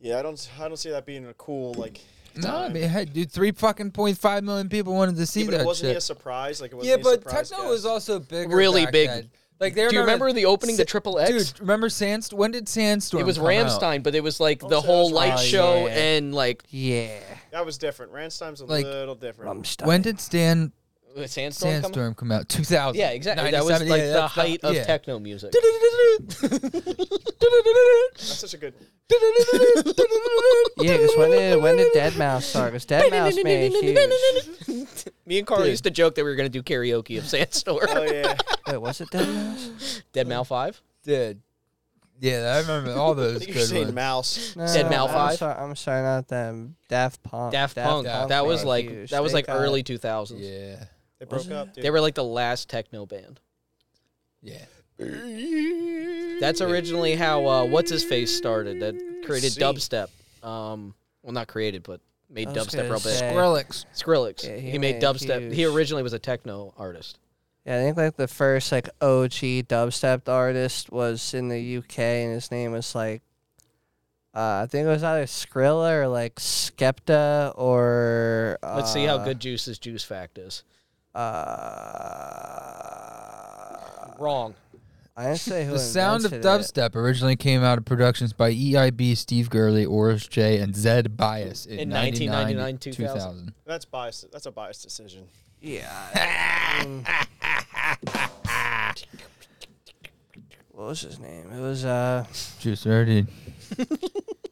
S5: Yeah, I don't. I don't see that being a cool like.
S4: No, I mean, hey, dude, three fucking point five million people wanted to see
S5: Yeah, but
S4: that
S5: it wasn't he a
S4: shit.
S5: surprise. Like it wasn't
S4: Yeah,
S5: a
S4: but
S5: surprise
S4: techno
S5: guest.
S4: was also big.
S6: Really big.
S4: Like, they
S6: Do you remember the opening to Triple X?
S4: Dude, remember Sandstorm? When did Sandstorm?
S6: it was
S4: come out?
S6: Ramstein, but it was like the
S5: Oh, so
S6: whole
S5: that's
S6: light
S5: right.
S6: show
S3: Yeah.
S6: and like
S3: Yeah.
S5: That was different. Ransom's a
S4: Like- um,
S5: little different.
S3: I'm stuck.
S4: When did Stan
S6: Sandstorm. coming?
S4: Sandstorm come out? Two thousand.
S6: Yeah, exactly. That was like the height of techno music.
S5: That's such a good.
S3: Yeah, because when did, when did Dead Mouse start? Because Dead Mouse made a huge.
S6: Me and Carl used to joke that we were going to do karaoke of
S5: Oh
S6: Sandstorm.
S5: yeah.
S3: Wait, was it Dead Mouse?
S6: Dead Mal 5?
S4: Dude. Yeah, I remember all
S5: I
S4: those
S5: think you're
S4: good
S5: saying
S4: ones.
S5: mouse.
S3: No,
S6: Dead Mouse
S3: I'm
S6: five?
S3: sorry, I'm sorry, not them. Daft Punk.
S6: Daft Punk. That was
S3: made
S6: like
S3: huge.
S6: that was
S3: They
S6: like
S3: got-
S6: early 2000s.
S4: yeah,
S5: They broke up. Dude.
S6: They were like the last techno band.
S4: yeah.
S6: That's originally how uh, what's his face started. That created
S5: See.
S6: dubstep. Um, well, not created, but made
S3: I was
S6: dubstep
S3: gonna
S6: real big.
S3: say-
S4: Skrillex.
S6: Skrillex.
S3: Yeah,
S6: he,
S3: he
S6: made,
S3: made
S6: dubstep. He
S3: huge.
S6: originally was a techno artist.
S3: Yeah, I think like the first like OG dubstep artist was in the UK, and his name was like Uh, I think it was either Skrilla or like Skepta or. Uh,
S6: Let's see how good Juice's juice fact is.
S3: Uh,
S6: Wrong.
S3: I didn't say who.
S4: The sound of
S3: invented it.
S4: dubstep originally came out of productions by EIB, Steve Gurley, Oris J, and Zed Bias in,
S6: In
S4: 1999
S6: 1999,
S4: 2000.
S5: That's biased. That's a biased decision.
S3: What was his name? It was uh.
S4: Juice already.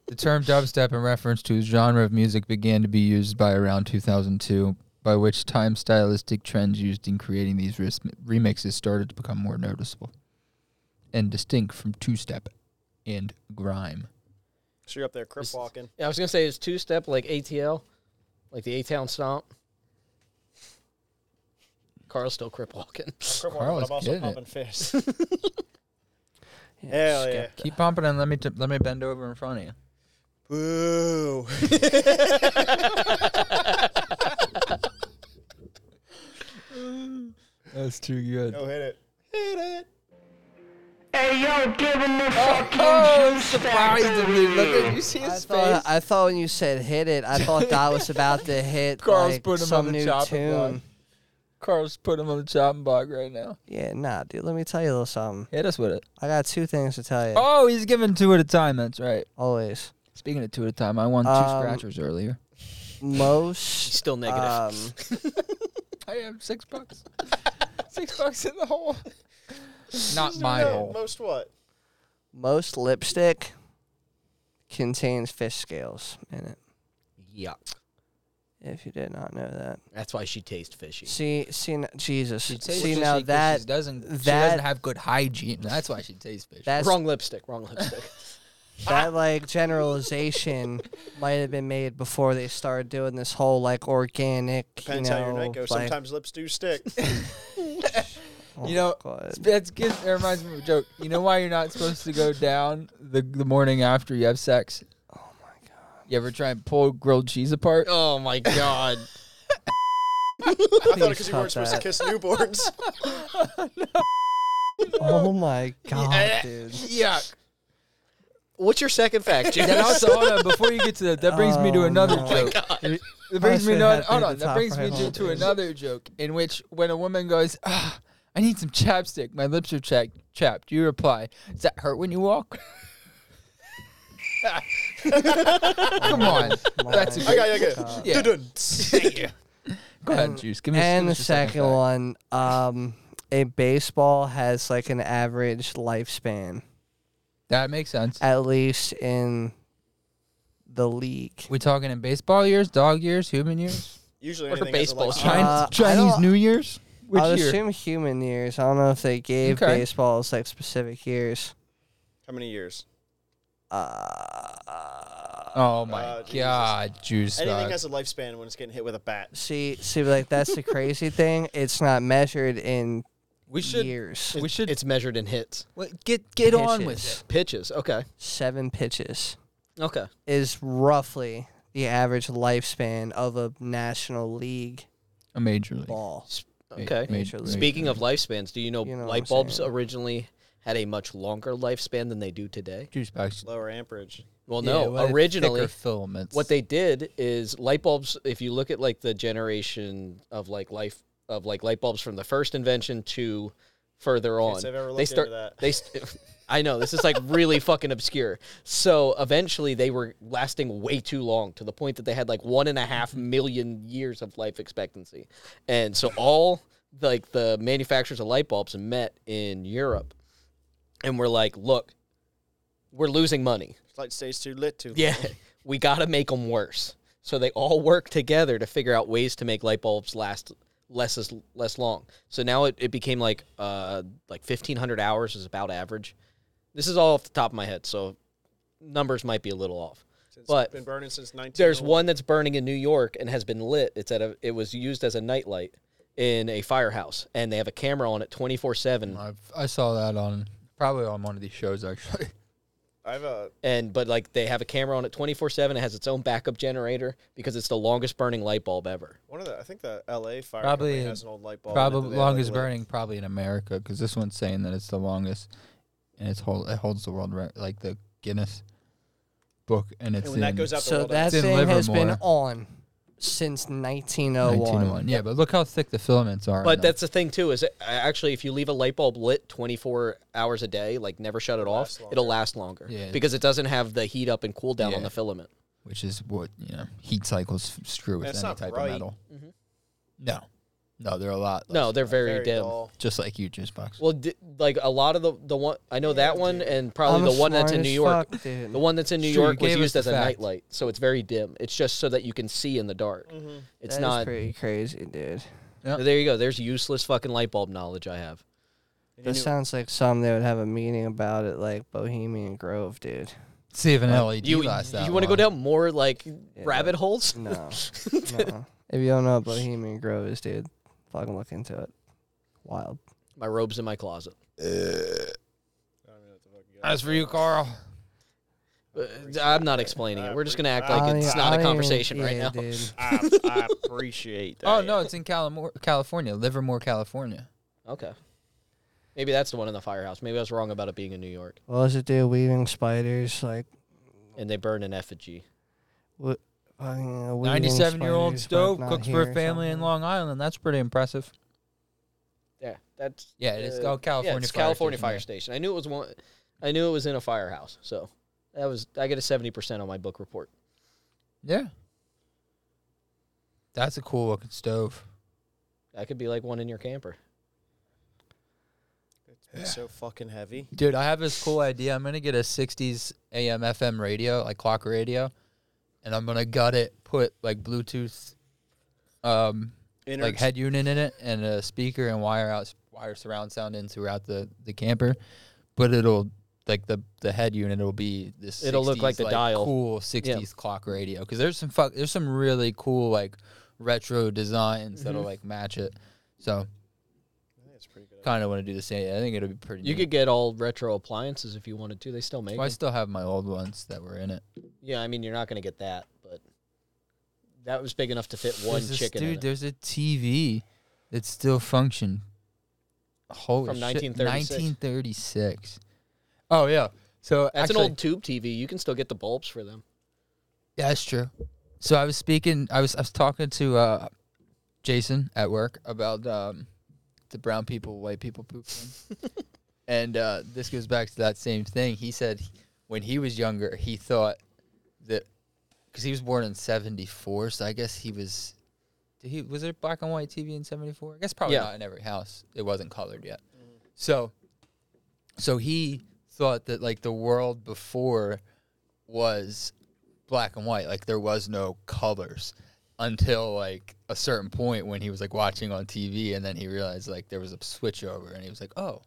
S4: the term dubstep, in reference to a genre of music, began to be used by around 2002, by which time stylistic trends used in creating these ris- remixes started to become more noticeable and distinct from two step and grime.
S5: So you're up there crip walking.
S6: Yeah, I was gonna say it's two step like ATL, like the A Town Stomp. Carl's still crip walking.
S5: Crip
S4: Carl
S5: walking,
S4: is
S5: but I'm also
S4: getting it.
S5: popping fists. Hell yeah.
S4: Keep pumping and let me t- let me bend over in front of you.
S5: Boo.
S4: That's too good.
S5: Go hit it. Hit it.
S4: Oh, surprised me! Look at you see
S3: I
S4: his face.
S3: thought, I thought when you said hit it, I thought that was about to hit
S4: Carl's
S3: like,
S4: putting him
S3: some
S4: on the
S3: new
S4: chopping
S3: tune.
S4: block. Carl's putting him on the chopping block right now.
S3: Yeah, nah, dude. Let me tell you a little something.
S4: Hit us with it.
S3: I got two things to tell you.
S4: Oh, he's giving two at a time. That's right.
S3: Always,
S4: Speaking of two at a time, I won two
S3: Um,
S4: scratchers earlier.
S3: most
S6: Still negative.
S3: Um,
S4: I have six bucks. six bucks in the hole. Not my
S5: No,
S4: hole.
S5: Most what?
S3: most lipstick contains fish scales in it.
S6: Yuck.
S3: If you did not know that,
S6: That's why she tastes fishy.
S3: see, see, n- Jesus, see now that
S4: doesn't
S3: she doesn't that-
S4: have good hygiene. That's why she tastes fish.
S3: that's
S6: Wrong lipstick. Wrong lipstick.
S3: that like generalization might have been made before they started doing this whole like organic.
S5: Depends
S3: you know,
S5: how your night goes.
S3: like-
S5: Sometimes lips do stick.
S3: oh
S4: you know,
S3: God.
S4: that's good. That reminds me of a joke. You know why you're not supposed to go down the the morning after you have sex? Oh my god. You ever try and pull grilled cheese apart?
S6: oh my god.
S5: I thought because you
S3: Please cut
S5: weren't supposed to kiss newborns.
S3: Oh my god, dude.
S4: Yuck.
S6: What's your second fact, James?
S4: That also, hold on, before you get to that, that brings me to
S3: Oh,
S4: another
S3: no.
S4: joke.
S6: God.
S4: That brings
S3: Honestly,
S4: me to
S3: I had
S4: hold
S3: to
S4: on.
S3: the
S4: That
S3: top
S4: brings me
S3: right
S4: to,
S3: hole,
S4: to
S3: dude.
S4: another joke in which when a woman goes, ah, "I need some chapstick. My lips are cha- chapped." You reply, "Does that hurt when you walk?" Come
S3: Oh
S4: on, that's a good.
S5: I got you. I
S4: Yeah.
S5: got you.
S4: Go ahead, juice. Give me
S3: And
S4: give
S3: the
S4: us your
S3: second
S4: fact.
S3: one, um, a baseball has like an average lifespan,
S4: That makes sense.
S3: at least in the league.
S4: We talking in baseball years, dog years, human years,
S5: Usually
S6: Or
S5: anything has a
S6: baseball
S5: like-
S6: shot.
S4: Chinese,
S3: Uh, I
S4: Chinese
S3: don't-
S4: New Year's. Which
S3: I'll
S4: year?
S3: assume human years. I don't know if they gave
S4: Okay.
S3: baseballs like specific years.
S5: How many years?
S4: oh my
S5: Uh, Jesus.
S4: god, juice.
S5: Anything
S4: dog.
S5: has a lifespan when it's getting hit with a bat.
S3: See, see, like that's the crazy thing. It's not measured in
S4: we should
S3: years.
S4: we should
S6: It's measured in hits.
S4: wait, get get on with it.
S3: Pitches.
S6: Pitches. Okay.
S3: Seven pitches
S6: Okay.
S3: is roughly the average lifespan of a national league
S4: A major league.
S3: ball.
S6: Okay.
S3: Major
S4: Major league.
S6: Speaking of lifespans, do you know,
S3: You know what I'm
S6: light bulbs
S3: saying.
S6: originally had a much longer lifespan than they do today?
S4: juice box.
S5: Lower amperage.
S6: Well,
S4: Yeah,
S6: no.
S4: what if
S6: originally,
S4: thicker filaments.
S6: what they did is light bulbs. If you look at like the generation of like life of like light bulbs from the first invention to further on,
S5: say I've ever
S6: they
S5: looked
S6: start.
S5: into that.
S6: They. St- I know this is like really fucking obscure. So eventually, they were lasting way too long to the point that they had like one and a half million years of life expectancy, and so all like the manufacturers of light bulbs met in Europe, and were like, "Look, we're losing money.
S5: Light stays too lit too.
S6: Yeah, we got to make them worse. So they all work together to figure out ways to make light bulbs last less as less long. So now it, it became like uh like fifteen hundred hours is about average. This is all off the top of my head, so numbers might be a little off.
S5: It's
S6: but
S5: been burning since oh- 19.
S6: there's one that's burning in New York and has been lit. It's at a it was used as a nightlight in a firehouse, and they have a camera on it twenty four seven.
S4: I've, I saw that on probably on one of these shows actually.
S5: I've uh,
S6: and but like they have a camera on it 24/7 it has its own backup generator because it's the longest burning light bulb ever
S5: one of the. I think the L.A. fire
S4: Probably-
S5: company has an old light bulb. in it that
S4: probably
S5: they have, like,
S4: longest
S5: lit.
S4: burning probably in America because this one's saying that it's the longest and it's hold it holds the world re- like the Guinness. book, and it's
S5: And when
S4: in
S5: that goes out the
S3: So
S5: world,
S3: that
S4: It's in
S3: thing has been
S4: Livermore.
S3: on since 1901.
S4: 1901. Yeah, but look how thick the filaments are. in
S6: But
S4: them.
S6: that's the thing too is uh, actually if you leave a light bulb lit 24 hours a day, like never shut it off, it'll last longer
S4: Yeah.
S6: because it doesn't have the heat up and cool down on
S4: Yeah.
S6: the filament.
S4: which is what you know heat cycles f- screw with
S5: That's
S4: any
S5: not
S4: type
S5: bright.
S4: of metal. No, no, they're a lot. Less
S6: No, they're very,
S5: very
S6: dim.
S5: dull.
S4: just like you, juice box.
S6: Well, di- like a lot of the the one I know that one and probably
S3: I'm
S6: the one that's in
S3: smart
S6: New
S3: as
S6: York.
S3: fuck, dude.
S6: The one that's in New
S4: It's true, you
S6: York was
S4: gave us
S6: used
S4: the
S6: as a
S4: fact.
S6: nightlight, so it's very dim. It's just so that you can see in the dark. It's
S3: That is
S6: not.
S3: pretty crazy, dude.
S6: There you go. There's useless fucking light bulb knowledge I have.
S3: That sounds like something they would have a meeting about it, like Bohemian Grove, dude.
S4: See if an LED
S6: uh, You
S4: lasts that
S6: you want to go
S4: long.
S6: down more like rabbit holes?
S3: No, no. If you don't know what Bohemian Grove is, dude, fucking look into it. Wild.
S6: My robes in my closet.
S4: As for you, Carl.
S6: Uh, I'm not explaining it. We're just gonna act
S3: I
S6: like
S3: don't
S6: it's
S3: even-
S6: not
S3: I
S6: a
S3: don't even-
S6: conversation right
S3: yeah,
S6: now.
S3: dude.
S5: I, I appreciate that.
S4: Oh no, it's in Calamor- California, Livermore, California.
S6: Okay. Maybe that's the one in the firehouse. Maybe I was wrong about it being in New York,
S3: What does it do? Weaving spiders, like
S6: and they burn an effigy.
S3: what? fucking, uh, weaving
S4: Ninety-seven-year-old
S3: spiders, but
S4: stove
S3: not
S4: cooks
S3: here
S4: for a
S3: or
S4: family in
S3: something.
S4: Long Island. That's pretty impressive.
S6: Yeah, that's
S4: Yeah, it is
S6: uh,
S4: called California.
S6: yeah, it's
S4: Fire
S6: California
S4: Station, yeah.
S6: Fire Station. I knew it was one. I knew it was in a firehouse. So that was I get a seventy percent on my book report.
S4: Yeah. That's a cool looking stove.
S6: That could be like one in your camper.
S5: It's so fucking heavy.
S4: Dude, I have this cool idea. I'm going to get a 60s AM FM radio, like clock radio, and I'm going to gut it, put like Bluetooth um
S5: Inner
S4: like head unit in it and a speaker and wire out wire surround sound in throughout the the camper, but it'll like the the head unit will be this
S6: It'll look like
S4: 60s,
S6: the dial.
S4: cool 60s clock radio cuz there's some fuck there's some really cool like retro designs
S6: Mm-hmm.
S4: that'll like match it. So
S5: That's pretty good.
S4: kind of want to do the same. I think it'll be pretty
S6: You
S4: neat.
S6: could get all retro appliances if you wanted to. They still make.
S4: Well, I
S6: 'em.
S4: still have my old ones that were in it.
S6: Yeah, I mean you're not gonna get that, but that was big enough to fit one
S4: There's this
S6: chicken
S4: Dude,
S6: in it.
S4: there's a TV that still functioned. Holy
S6: From
S4: shit,
S6: 1936.
S4: 1936. Oh yeah. So
S6: That's
S4: actually-
S6: an old tube TV. You can still get the bulbs for them.
S4: Yeah, that's true. So I was speaking. I was I was talking to uh, Jason at work about um, the brown people, white people poop thing, and uh, this goes back to that same thing. He said when he was younger, he thought that because he was born in '74, so I guess he was. Did he was there black and white TV in '74? I guess probably
S6: Yeah.
S4: not in every house. It wasn't colored yet.
S5: Mm-hmm.
S4: So, so he thought that like the world before was black and white. Like there was no colors until like a certain point when he was like watching on TV, and then he realized like there was a switch over, and he was like, oh.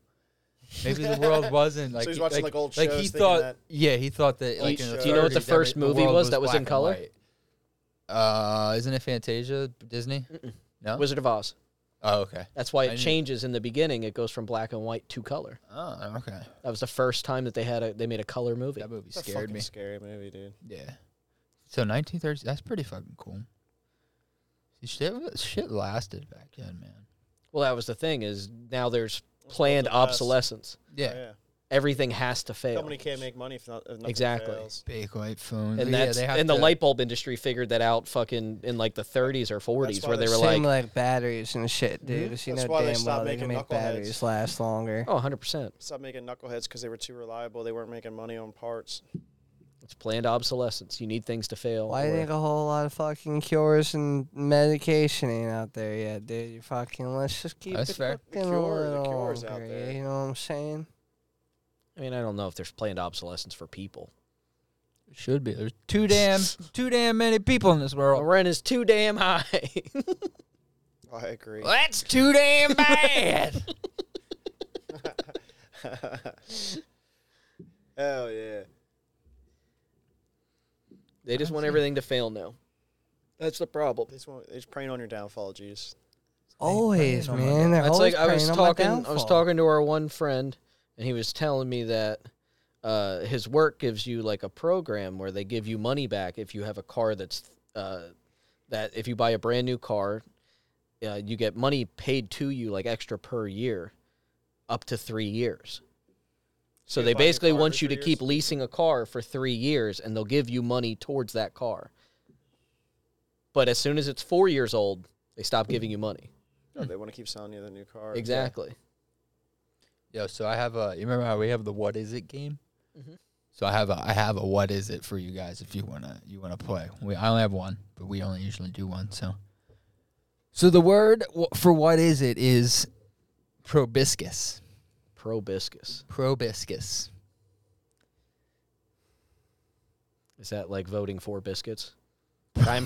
S4: Maybe the world wasn't like
S5: he's watching, like, old shows
S4: he
S5: thinking
S4: thought
S5: that-
S4: yeah he thought that like
S5: Old
S4: in the
S5: shows.
S6: Do you know what the
S4: 30s, every-
S6: first movie
S4: world
S6: was that was in
S4: black and
S6: color?
S4: white. Uh, isn't it Fantasia Disney? No.
S6: Wizard of Oz.
S4: oh okay.
S6: That's why
S4: I
S6: it
S4: knew-
S6: changes in the beginning. It goes from black and white to color.
S4: Oh okay.
S6: That was the first time that they had a they made a color movie.
S4: That movie
S5: That's a
S4: scared
S5: fucking
S4: me.
S5: Scary movie, dude.
S4: Yeah. So 1930s. That's pretty fucking cool. See, Shit, shit lasted back then, man.
S6: Well, that was the thing is now there's planned
S5: the best.
S6: obsolescence.
S4: Yeah.
S5: Yeah.
S6: Everything has to fail.
S5: Company can't make money if not if nothing
S6: Exactly.
S5: fails.
S4: Big white phones.
S6: and
S4: yeah,
S6: that's
S4: they have
S6: and the
S4: to-
S6: light bulb industry figured that out fucking in like the 30s or 40s
S5: why
S6: where they
S5: they
S6: were like,
S3: Same like, batteries and shit, dude. 'cause You
S5: Mm-hmm. That's
S3: know
S5: why they
S3: damn
S5: stopped
S3: well they
S5: making
S3: can make
S5: knuckleheads.
S3: batteries last longer.
S6: oh, 100%.
S5: Stop making knuckleheads because they were too reliable. They weren't making money on parts.
S6: It's planned obsolescence. You need things to fail.
S3: Why do you
S6: or-
S3: think a whole lot of fucking cures and medication ain't out there yet, dude? You fucking let's just keep
S4: That's
S3: it
S4: fair.
S5: The
S3: fucking a
S5: cure- the
S3: little
S5: cure's out
S3: longer,
S5: there.
S3: You know what I'm saying?
S6: I mean, I don't know if there's planned obsolescence for people.
S4: should be. There's too damn, too damn many people in this
S6: The
S4: world.
S6: rent is too damn high.
S5: I agree.
S4: That's too damn bad.
S5: Hell yeah.
S6: they just want everything to fail now. That's the problem.
S5: They just, want, they just preying on your downfall, Jeez.
S3: Always,
S4: on my
S3: man. They're
S6: That's
S3: always
S6: like I was
S3: preying on my
S6: talking. I was
S3: downfall.
S6: talking to our one friend, and he was telling me that uh, his work gives you like a program where they give you money back if you have a car that's uh, that if you buy a brand new car, uh, you get money paid to you like extra per year, up to three years. So
S5: Can't
S6: they
S5: buy a new
S6: basically
S5: car
S6: want
S5: every
S6: you to
S5: three
S6: keep leasing a car for three years, and they'll give you money towards that car. But as soon as it's four years old, they stop giving you money.
S5: No, they want to keep selling you the new car.
S6: Exactly.
S4: Yo, so I have a. You remember how we have the "What is it" game? So I have a. I have a "What is it" for you guys if you wanna you wanna play. We I only have one, but we only usually do one. So. So the word w- for "What is it" is proboscis.
S6: Probiscus.
S4: Proboscis.
S6: Is that like voting for biscuits? I'm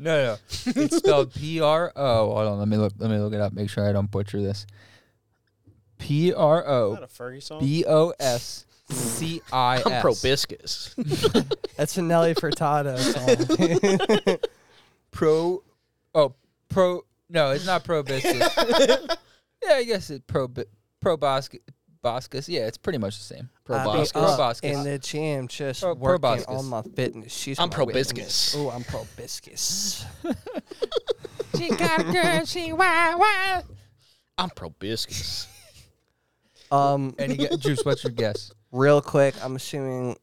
S4: No, no, it's spelled P R O. Hold on, let me look. Let me look it up. Make sure I don't butcher this. P R
S5: Is that
S4: O
S5: a Fergie song?
S4: B O S C I S.
S6: I'm probiscus.
S3: That's a Nelly Furtado song.
S4: pro oh pro no it's not proboscis yeah i guess it's pro proboscis yeah it's pretty much the same
S3: Proboscis.
S4: Proboscis. Proboscis.
S3: In the gym, just
S4: Pro-
S3: working
S4: proboscis.
S3: on my fitness. She's
S6: I'm
S3: my
S6: probiscus.
S3: witness. Ooh, I'm probiscus.
S6: I'm probiscus.
S3: Um,
S4: any gu- juice what's your guess
S3: real quick, I'm assuming.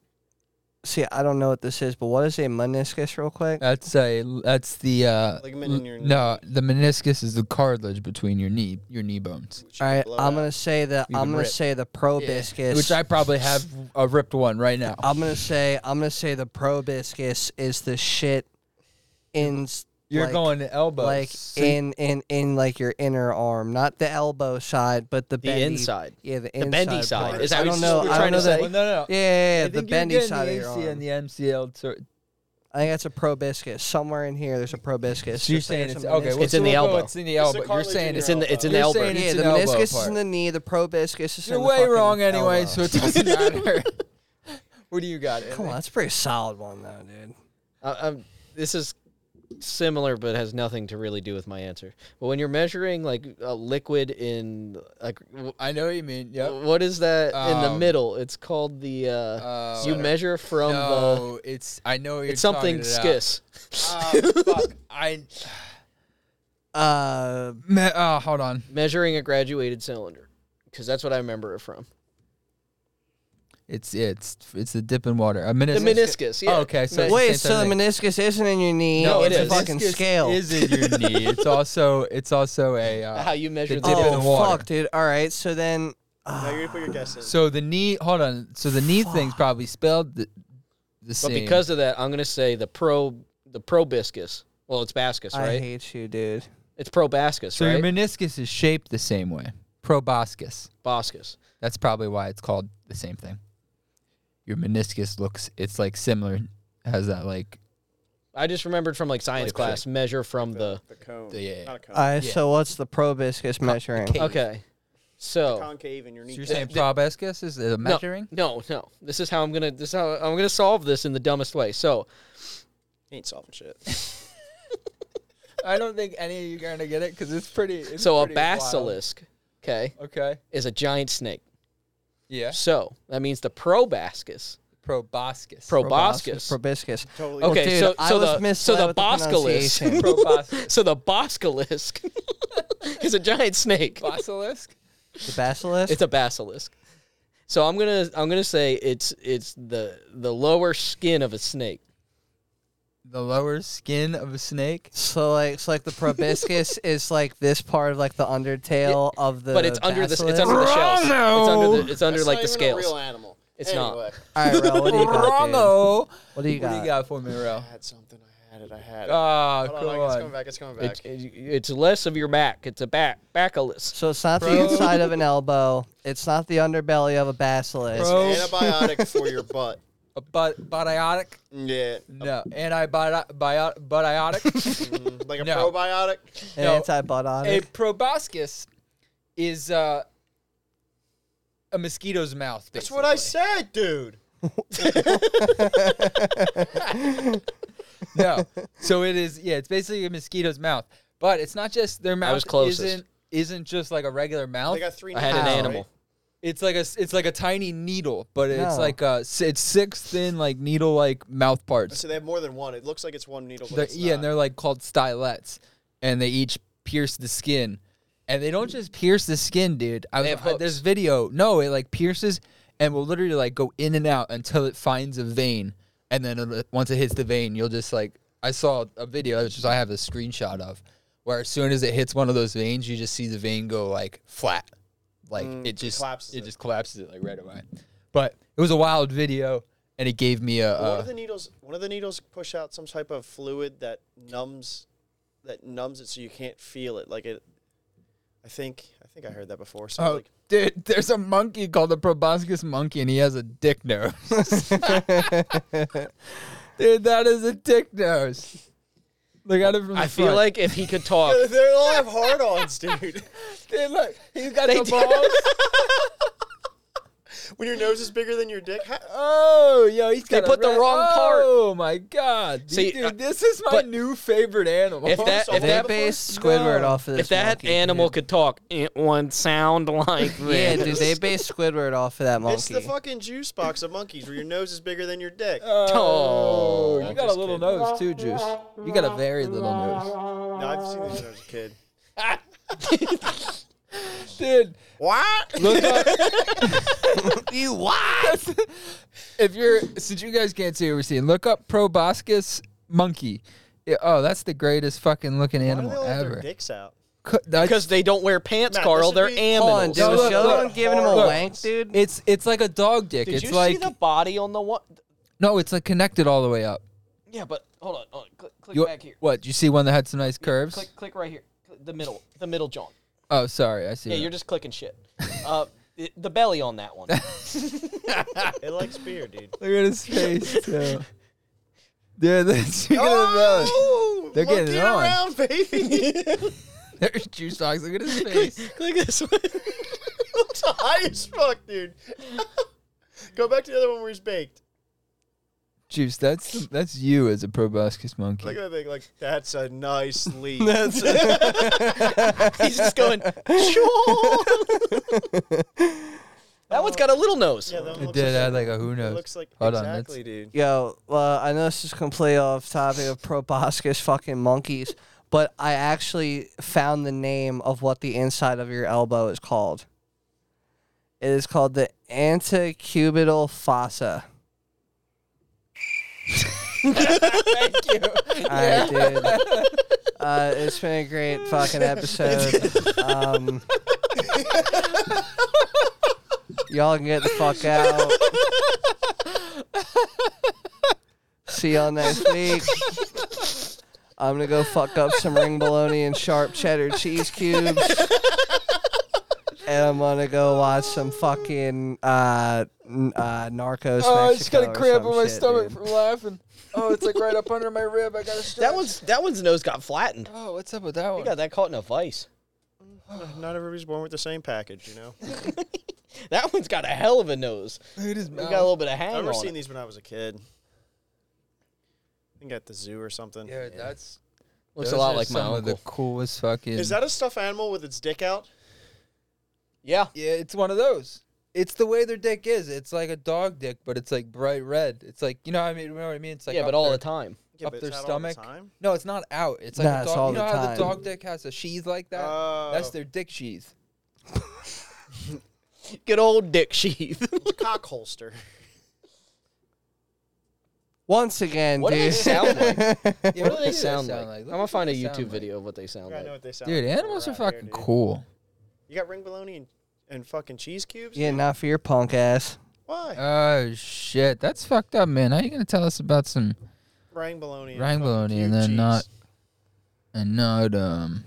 S3: See, I don't know what this is, but what is a meniscus? Real quick.
S4: that's a that's the uh
S5: Ligament in your knee.
S4: no the meniscus is the cartilage between your knee your knee bones
S5: She
S3: All
S5: could
S3: right,
S5: blow
S3: I'm
S5: it out.
S3: gonna say that
S4: You
S3: I'm
S4: can
S3: gonna
S4: rip.
S3: say the probiscus.
S4: which i probably have a ripped one right now
S3: I'm gonna say I'm gonna say the probiscus is the shit in s-
S4: you're
S3: like,
S4: going to elbow
S3: like
S4: so you-
S3: in in in like your inner arm, not the elbow side, but the
S6: The
S3: bendy,
S6: inside.
S3: Yeah, the,
S6: The
S3: inside
S6: bendy side.
S3: part.
S6: Is that
S3: I
S6: what
S3: don't
S6: you
S3: know.
S6: were
S3: I don't
S6: trying
S3: know
S6: to
S3: that.
S6: say?
S4: well, no no
S3: Yeah, yeah, yeah,
S4: I
S3: the
S4: think you're
S3: bendy
S4: getting
S3: side of your
S4: the AC
S3: arm.
S4: and the MCL. sort-
S3: I think that's a probiscus somewhere in here. There's a probiscus.
S4: So you're
S3: just like
S4: saying
S3: there's
S4: it's
S3: a
S4: okay.
S3: meniscus.
S4: well,
S6: It's in
S4: so
S6: the
S4: we'll go
S6: elbow.
S4: It's in the
S5: It's
S4: elbow.
S5: the
S4: oh, You're
S5: cartilage
S4: saying
S5: in
S4: it's
S6: It's in the it's in the
S4: You're
S6: elbow.
S4: saying
S3: yeah,
S4: it's
S3: the
S4: an elbow
S3: meniscus is in
S4: part.
S3: the knee. The probiscus is
S4: You're
S3: in the
S4: way
S3: fucking
S4: wrong anyway,
S3: elbow.
S4: so it doesn't matter. what do you got?
S3: Come on, that's a pretty solid one though, dude.
S6: I, I'm, Uh, um, this is similar, but has nothing to really do with my answer. But when you're measuring like a liquid in like w-
S4: I know what you mean. Yep.
S6: what is that in the
S4: Um,
S6: middle? It's called the uh,
S4: uh,
S6: you measure from the
S4: No, it's I know what you're
S6: Um, it's something
S4: talking about.
S6: skis.
S4: Oh, fuck. I
S3: Uh,
S4: me, uh, hold on.
S6: measuring a graduated cylinder because that's what I remember it from.
S4: It's it's it's the dip in water. A meniscus.
S6: The meniscus. Yeah.
S4: Oh, okay, so
S6: Me-
S4: it's-
S3: wait,
S4: same
S3: so the
S4: thing.
S3: meniscus isn't in your knee.
S6: No, it
S3: it's a
S6: is.
S3: fucking
S4: Meniscus
S3: scale.
S4: Is in your knee. It's also it's also a uh,
S6: how you measure
S4: the
S6: the
S4: dip
S6: dip.
S4: in
S3: oh
S4: the water.
S3: fuck, dude. All right, so then
S5: Now you're gonna put your guess in.
S4: So the knee. Hold on. So the knee thing's probably spelled the, the
S6: but
S4: same.
S6: because of that, I'm gonna say the pro the probiscus. Well, it's bascus,
S3: I
S6: right?
S3: hate you, dude.
S6: it's probascus,
S4: so
S6: right?
S4: your meniscus is shaped the same way. Proboscis.
S6: Boscus.
S4: That's probably why it's called the same thing. Your meniscus looks it's like similar has that like
S6: I just remembered from like science
S4: Like
S6: class measure from the
S5: The cone.
S4: The- yeah, Oh. yeah.
S5: Not a cone.
S3: All right,
S4: Yeah.
S3: so what's the probiscus measuring? Uh,
S4: cave.
S6: Okay. So
S5: Concave in your knee.
S4: So you're saying proboscis is it a
S6: no,
S4: measuring?
S6: no, no. This is how I'm gonna this is how I'm gonna solve this in the dumbest way. So
S5: Ain't solving shit.
S4: I don't think any of you are gonna get it because it's pretty. It's
S6: so a
S4: pretty wild.
S6: basilisk, okay,
S4: Okay.
S6: is a giant snake.
S4: Yeah.
S6: So that means the proboscis.
S4: Proboscis.
S6: Proboscis.
S3: Probiscus.
S5: Totally.
S6: okay,
S3: dude,
S6: so
S3: I
S6: so
S3: was
S6: the so
S3: misled
S6: the
S3: with the
S6: boscalisk.
S3: pronunciation.
S4: Proboscis.
S6: so the boscalisk is a giant snake.
S4: Basilisk.
S3: The basilisk.
S6: It's a basilisk. So I'm gonna I'm gonna say it's it's the the lower skin of a snake.
S4: The lower skin of a snake.
S3: so like, it's like the proboscis is like this part of like the undertail of the.
S6: but it's under the
S3: basilisk.
S6: it's under the shells. It's under the, it's under
S5: That's
S6: like
S5: not even A
S6: the scales.
S5: real animal.
S6: It's
S5: anyway,
S6: not.
S3: All right, Rel, what do you got? dude?
S4: Rongo.
S3: What do you
S4: What do
S3: got?
S4: you got for me, Ro?
S5: I had something. I had it. I had it.
S4: Ah,
S5: Hold
S4: come
S5: on, it's
S4: on.
S5: coming back. It's coming back.
S6: It, it- Oh, it's less of your back. It's a back bacillus.
S3: So it's not the
S4: Pro-
S3: inside of an elbow. It's not the underbelly of a basilisk.
S4: Pro- Oh.
S5: Antibiotic for your butt.
S4: A but biotic?
S5: Yeah.
S4: No. Antibiotic.
S5: Like a
S4: No.
S5: probiotic.
S3: An
S4: No. a
S3: antibiotic.
S4: proboscis is uh, a mosquito's mouth.
S5: That's what I
S4: basically.
S5: said, dude.
S4: no. So it is. Yeah, it's basically a mosquito's mouth, but it's not just their mouth.
S6: was closest.
S4: Isn't, isn't just like a regular mouth.
S5: They got three.
S6: Oh, I had an
S5: nipples,
S6: animal.
S5: right?
S4: It's like a s- it's like a tiny needle, but it's
S3: No.
S4: like a s- it's six thin like needle like mouth parts.
S5: So they have more than one. It looks like it's one needle, but
S4: They're-
S5: it's
S4: yeah, and
S5: not.
S4: they're like called stylets, and they each pierce the skin, and they don't just pierce the skin, dude. I was,
S6: have
S4: I- there's video. No, it like pierces and will literally like go in and out until it finds a vein, and then it'll, once it hits the vein, you'll just like I saw a video which is I have a screenshot of where as soon as it hits one of those veins, you just see the vein go like flat, like it just
S5: collapses
S4: it
S5: it.
S4: just collapses it like right away. But it was a wild video, and it gave me a
S5: one
S4: uh,
S5: of the needles one of the needles push out some type of fluid that numbs that numbs it so you can't feel it like it i think i think i heard that before so
S4: oh.
S5: like
S4: Dude, there's a monkey called the proboscis monkey, and he has a dick nose. Dude, that is a dick nose. Look at it from the
S6: I feel
S4: front.
S6: like if he could talk,
S5: they all have hard-ons dude
S4: Dude, look, he's got the balls.
S5: when your nose is bigger than your dick ha-
S4: Oh, yo, he's got. a
S6: put the
S4: red-
S6: wrong part.
S4: Oh my god,
S6: See,
S4: dude,
S6: uh,
S4: this is my
S6: but-
S4: new favorite animal.
S6: If that-
S3: If
S6: if
S3: they
S6: that-
S3: based Squidward
S4: No.
S3: off of this
S6: if that
S3: monkey,
S6: animal
S3: dude.
S6: could talk, it would sound like
S3: yeah,
S6: this.
S3: dude, they based Squidward off of that monkey.
S5: it's the fucking juice box of monkeys where your nose is bigger than your dick
S4: oh,
S5: I'm
S4: you got a
S5: just
S4: little
S5: kidding.
S4: nose too, Juice. You got a very little nose,
S5: no i've seen these when i was a kid
S4: dude.
S5: what
S4: Look up.
S3: you what?
S4: if you're since you guys can't see what we're seeing, look up proboscis monkey. Yeah, oh, that's the greatest fucking looking
S5: why do they
S4: animal
S5: all have their
S4: ever.
S5: dicks out
S4: Co- that's-
S6: because they don't wear pants,
S5: Matt,
S6: Carl.
S5: this would
S6: They're
S5: be-
S6: animals.
S3: Hold on, dude.
S4: No,
S3: Was
S4: look,
S3: Sheldon
S4: look.
S3: giving him a
S4: Look.
S3: wank, dude?
S4: it's it's like a dog dick.
S6: Did
S4: it's
S6: you
S4: like
S6: see the body on the one?
S4: no, it's like connected all the way up.
S6: Yeah, but hold on. Hold on. Click, click
S4: You-
S6: back here.
S4: What? You see one that had some nice curves?
S6: Click, click right here. Cl- The middle, the middle jaw.
S4: Oh, sorry, I see.
S6: Yeah,
S4: that.
S6: you're just clicking shit. Uh, the- the belly on that one.
S5: it likes beer dude
S4: Look at his face too. Dude, that's look at his belly.
S5: oh,
S4: They're getting
S5: monkey
S4: it on.
S5: around baby
S4: There's juice dogs. Look at his face.
S6: click this one.
S5: looks high as fuck, dude. Go back to the other one where he's baked.
S4: juice, that's that's you as a proboscis monkey.
S5: Look at that thing. Like that's a nice leaf.
S6: He's just going. "Shaw." that one's got a little nose.
S5: yeah, that one
S4: it
S5: looks
S4: did
S5: like,
S4: add like a who knows.
S5: looks like
S4: Hold on, that's-
S5: exactly, dude.
S3: Yo, uh, I know this is completely off topic of proboscis fucking monkeys, but I actually found the name of what the inside of your elbow is called. It is called the antecubital fossa.
S4: Thank you.
S3: All right, dude. Uh, it's been a great fucking episode. Um, y'all can get the fuck out. See y'all next week. I'm gonna go fuck up some ring bologna and sharp cheddar cheese cubes. And I'm gonna go watch some fucking uh, n- uh, Narcos.
S4: Oh, I just
S3: Mexico
S4: got a
S3: or
S4: cramp
S3: some
S4: in my
S3: shit,
S4: stomach
S3: dude.
S4: from laughing. Oh, it's like right up under my rib. I got a stretch.
S6: That one's that one's nose got flattened.
S4: Oh, what's up with that
S6: He
S4: one?
S6: got that caught in a vice.
S5: Not everybody's born with the same package, you know.
S6: That one's got a hell of a nose.
S4: Look at his
S6: We
S4: mouth.
S6: got a little bit of
S5: I've
S6: hang
S5: never
S6: on
S5: seen
S6: it.
S5: these when I was a kid. I think at the zoo or something.
S4: Dude, that's
S6: Looks
S4: those
S6: a lot
S4: are
S6: like my
S4: some
S6: uncle.
S4: of the coolest fucking.
S5: Is that a stuffed animal with its dick out?
S6: yeah,
S4: Yeah, it's one of those. It's the way their dick is. It's like a dog dick, but it's like bright red. It's like you know what I mean. You know what I mean? It's like
S6: yeah,
S4: up
S6: but all
S4: their,
S6: the time.
S5: Yeah,
S4: up
S5: but
S4: their
S5: it's out
S4: stomach.
S5: All the time?
S4: No, it's not out. It's like
S3: Nah,
S4: a
S3: it's
S4: dog.
S3: all
S4: you
S3: the
S4: know how
S3: time.
S4: the dog dick has a sheath like that? That's
S5: Oh.
S4: their dick sheath.
S6: Good old dick sheath.
S5: Cock holster.
S3: Once again,
S6: what do
S3: dude.
S6: they sound like? What
S4: Yeah,
S6: do they sound like? I'm
S4: Look
S6: gonna
S4: what
S6: find a
S4: they sound
S6: YouTube
S4: like.
S6: video of what they sound
S5: I know
S6: like.
S5: what they sound
S4: Dude,
S5: like.
S4: animals are
S5: Right here,
S4: fucking
S5: dude.
S4: cool.
S5: You got ring bologna and, and fucking cheese cubes?
S3: yeah, not for your punk ass.
S5: Why?
S4: Oh shit, that's fucked up, man. How you gonna tell us about some
S5: ring bologna. and
S4: Ring
S5: fucking
S4: bologna and
S5: cube
S4: then
S5: cheese.
S4: not- and not um?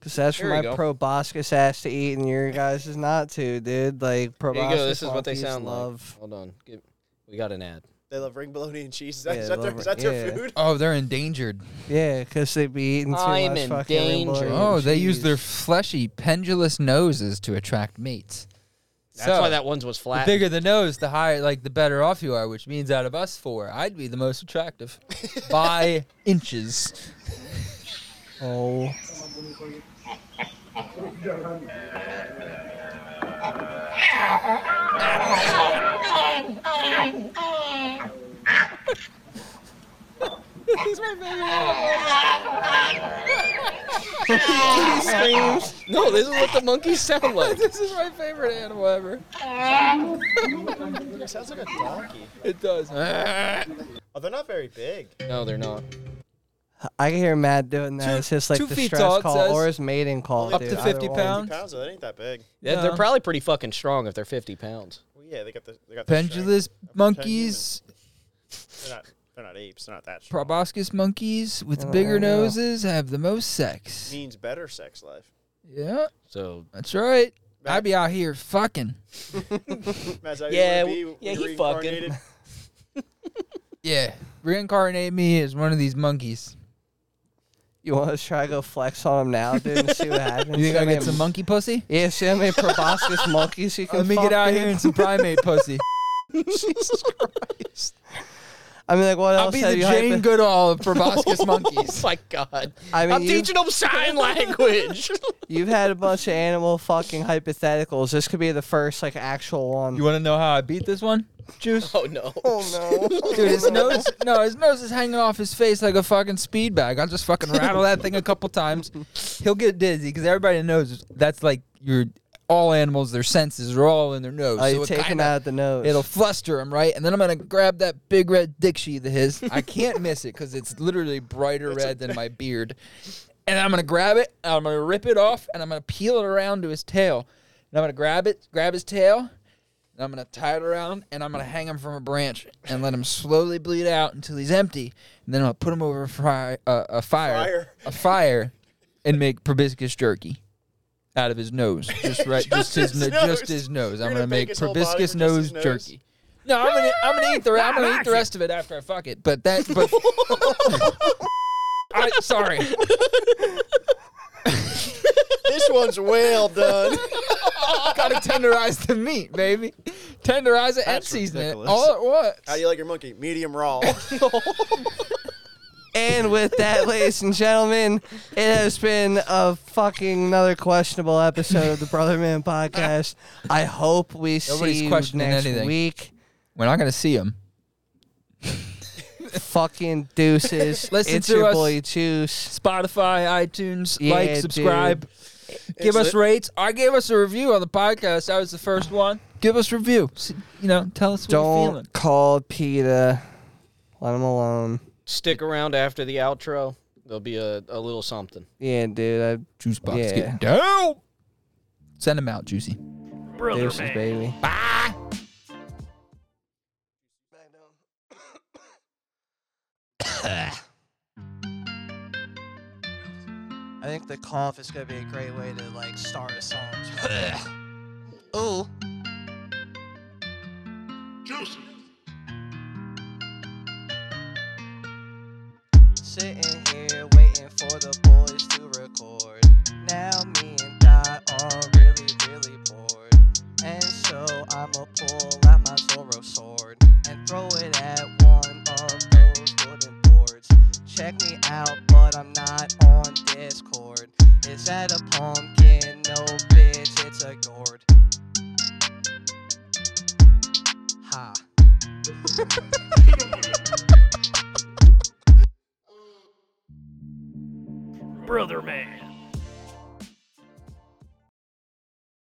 S3: Cause that's for
S6: Here we
S3: my
S6: go.
S3: proboscis ass to eat, and your guys is not to, dude. Like
S6: Here
S3: proboscis.
S6: you go. This is what they
S3: monkeys
S6: sound
S3: love.
S6: like. Hold on. Give- we got an ad.
S5: They love ring bologna and cheese. Is that,
S3: Yeah,
S5: is
S3: they
S5: that, their,
S3: love
S5: is
S3: ring-
S5: that their
S3: yeah.
S5: food?
S4: Oh, they're endangered.
S3: Yeah, cause they be eating too
S6: I'm
S3: much
S6: in
S3: fucking ring
S6: danger.
S3: bologna
S4: Oh,
S3: and
S4: they use
S3: cheese.
S4: their fleshy, pendulous noses to attract mates.
S6: That's why that one's was
S4: The
S6: flat.
S4: bigger the nose, the higher, like, the better off you are. Which means, out of us four, I'd be the most attractive by inches.
S3: Oh,
S6: Kitty screams. No, this is what the monkeys sound like.
S4: This is my favorite animal ever.
S5: It sounds like a donkey.
S4: It does.
S5: Oh, they're not very big.
S6: No, they're not.
S3: I can hear Matt doing that.
S4: Two-
S3: it's just like
S4: two
S3: the
S4: feet
S3: stress
S4: tall, it
S3: call
S4: says.
S3: or his mating call.
S4: Up
S3: dude,
S4: to
S3: either
S4: 50
S3: one.
S4: pounds.
S5: Pounds, that ain't that big.
S6: They're,
S4: No.
S6: they're probably pretty fucking strong if they're 50 pounds.
S5: Well, yeah, they got the they got the strength.
S4: Pendulous monkeys,
S5: They're not, they're not apes. They're not that. Strong.
S4: proboscis monkeys with bigger noses have the most sex.
S5: means better sex life.
S4: Yeah,
S6: So
S4: that's right. i be out here fucking.
S5: Matt, is that who
S6: Yeah,
S5: you
S6: w-
S5: wanna be when you're
S6: yeah, he fucking-
S5: reincarnated?
S4: Yeah, reincarnate me as one of these monkeys.
S3: You want to try to go flex on him now, dude, and see what happens?
S4: You think
S3: See how
S4: I get
S3: many-
S4: some monkey pussy?
S3: Yeah, see how many proboscis monkeys you can
S4: Let me get
S3: fuck,
S4: out
S3: dude?
S4: here and some primate pussy.
S3: I mean, like, what
S4: I'll
S3: else
S4: be
S3: have
S4: the
S3: you
S4: Jane
S3: hypo-
S4: Goodall of proboscis
S6: oh
S4: monkeys.
S6: my god.
S3: I mean,
S6: I'm
S3: you-
S6: teaching them sign language.
S3: You've had a bunch of animal fucking hypotheticals. This could be the first like actual one.
S4: You want to know how I beat this one? Juice.
S6: oh no.
S3: oh no!
S4: Dude, his nose, no, his nose is hanging off his face like a fucking speed bag. I'll just fucking rattle that thing a couple times. He'll get dizzy because everybody knows that's like your all animals, their senses are all in their nose.
S3: Oh,
S4: so
S3: you
S4: it
S3: take him
S4: kinda-
S3: out of the nose.
S4: It'll fluster him, right? And then I'm gonna grab that big red dick sheet of his. I can't miss it because it's literally brighter red than my beard. And I'm gonna grab it. And I'm gonna rip it off, and I'm gonna peel it around to his tail. And I'm gonna grab it, grab his tail, and I'm gonna tie it around, and I'm gonna hang him from a branch and let him slowly bleed out until he's empty. And then I'll put him over a, fry, uh, a fire,
S5: Fire.
S4: a fire, and make proboscis jerky. Out of his nose, just right, just, his,
S5: his
S4: no- just
S5: nose.
S4: his nose.
S5: You're
S4: I'm gonna
S5: gonna
S4: make
S5: bake his whole body
S4: proboscis
S5: with just
S4: nose
S5: his nose?
S4: jerky. No, I'm gonna I'm gonna eat the I'm gonna eat the rest of it after I fuck it. But that but I sorry.
S5: this one's well done.
S4: Gotta tenderize the meat, baby. Tenderize it and
S5: That's
S4: season
S5: ridiculous.
S4: it all at once.
S5: How do you like your monkey? Medium raw.
S3: and with that, ladies and gentlemen, it has been a fucking another questionable episode of the Brother Man podcast. I hope we
S4: Nobody's
S3: see you next
S4: questioning anything.
S3: week.
S4: We're not gonna see him.
S3: fucking deuces.
S4: Listen
S3: it's
S4: to
S3: your
S4: us.
S3: boy Juice.
S4: Spotify, iTunes,
S3: Yeah,
S4: like, subscribe, give us rates. I gave us a review on the podcast. I was the first one. Give us review. S- You know, tell us what you're feeling.
S3: Don't call Peter. Let him alone.
S6: Stick around after the outro. There'll be a, a little something.
S3: Yeah, dude. I,
S4: Juice box
S3: Yeah.
S4: getting dope. Send him out, Juicy.
S3: deuces, baby. I think the cough is gonna be a great way to like start a song. Ooh. Sitting here waiting for the boys to record. Now me and Dot are really, really bored. And so I'ma pull out my Zoro sword and throw it at one of those wooden boards. Check me out, but I'm not on Discord. Is that a pumpkin? No, bitch, it's a gourd. Ha.
S7: Brother Man.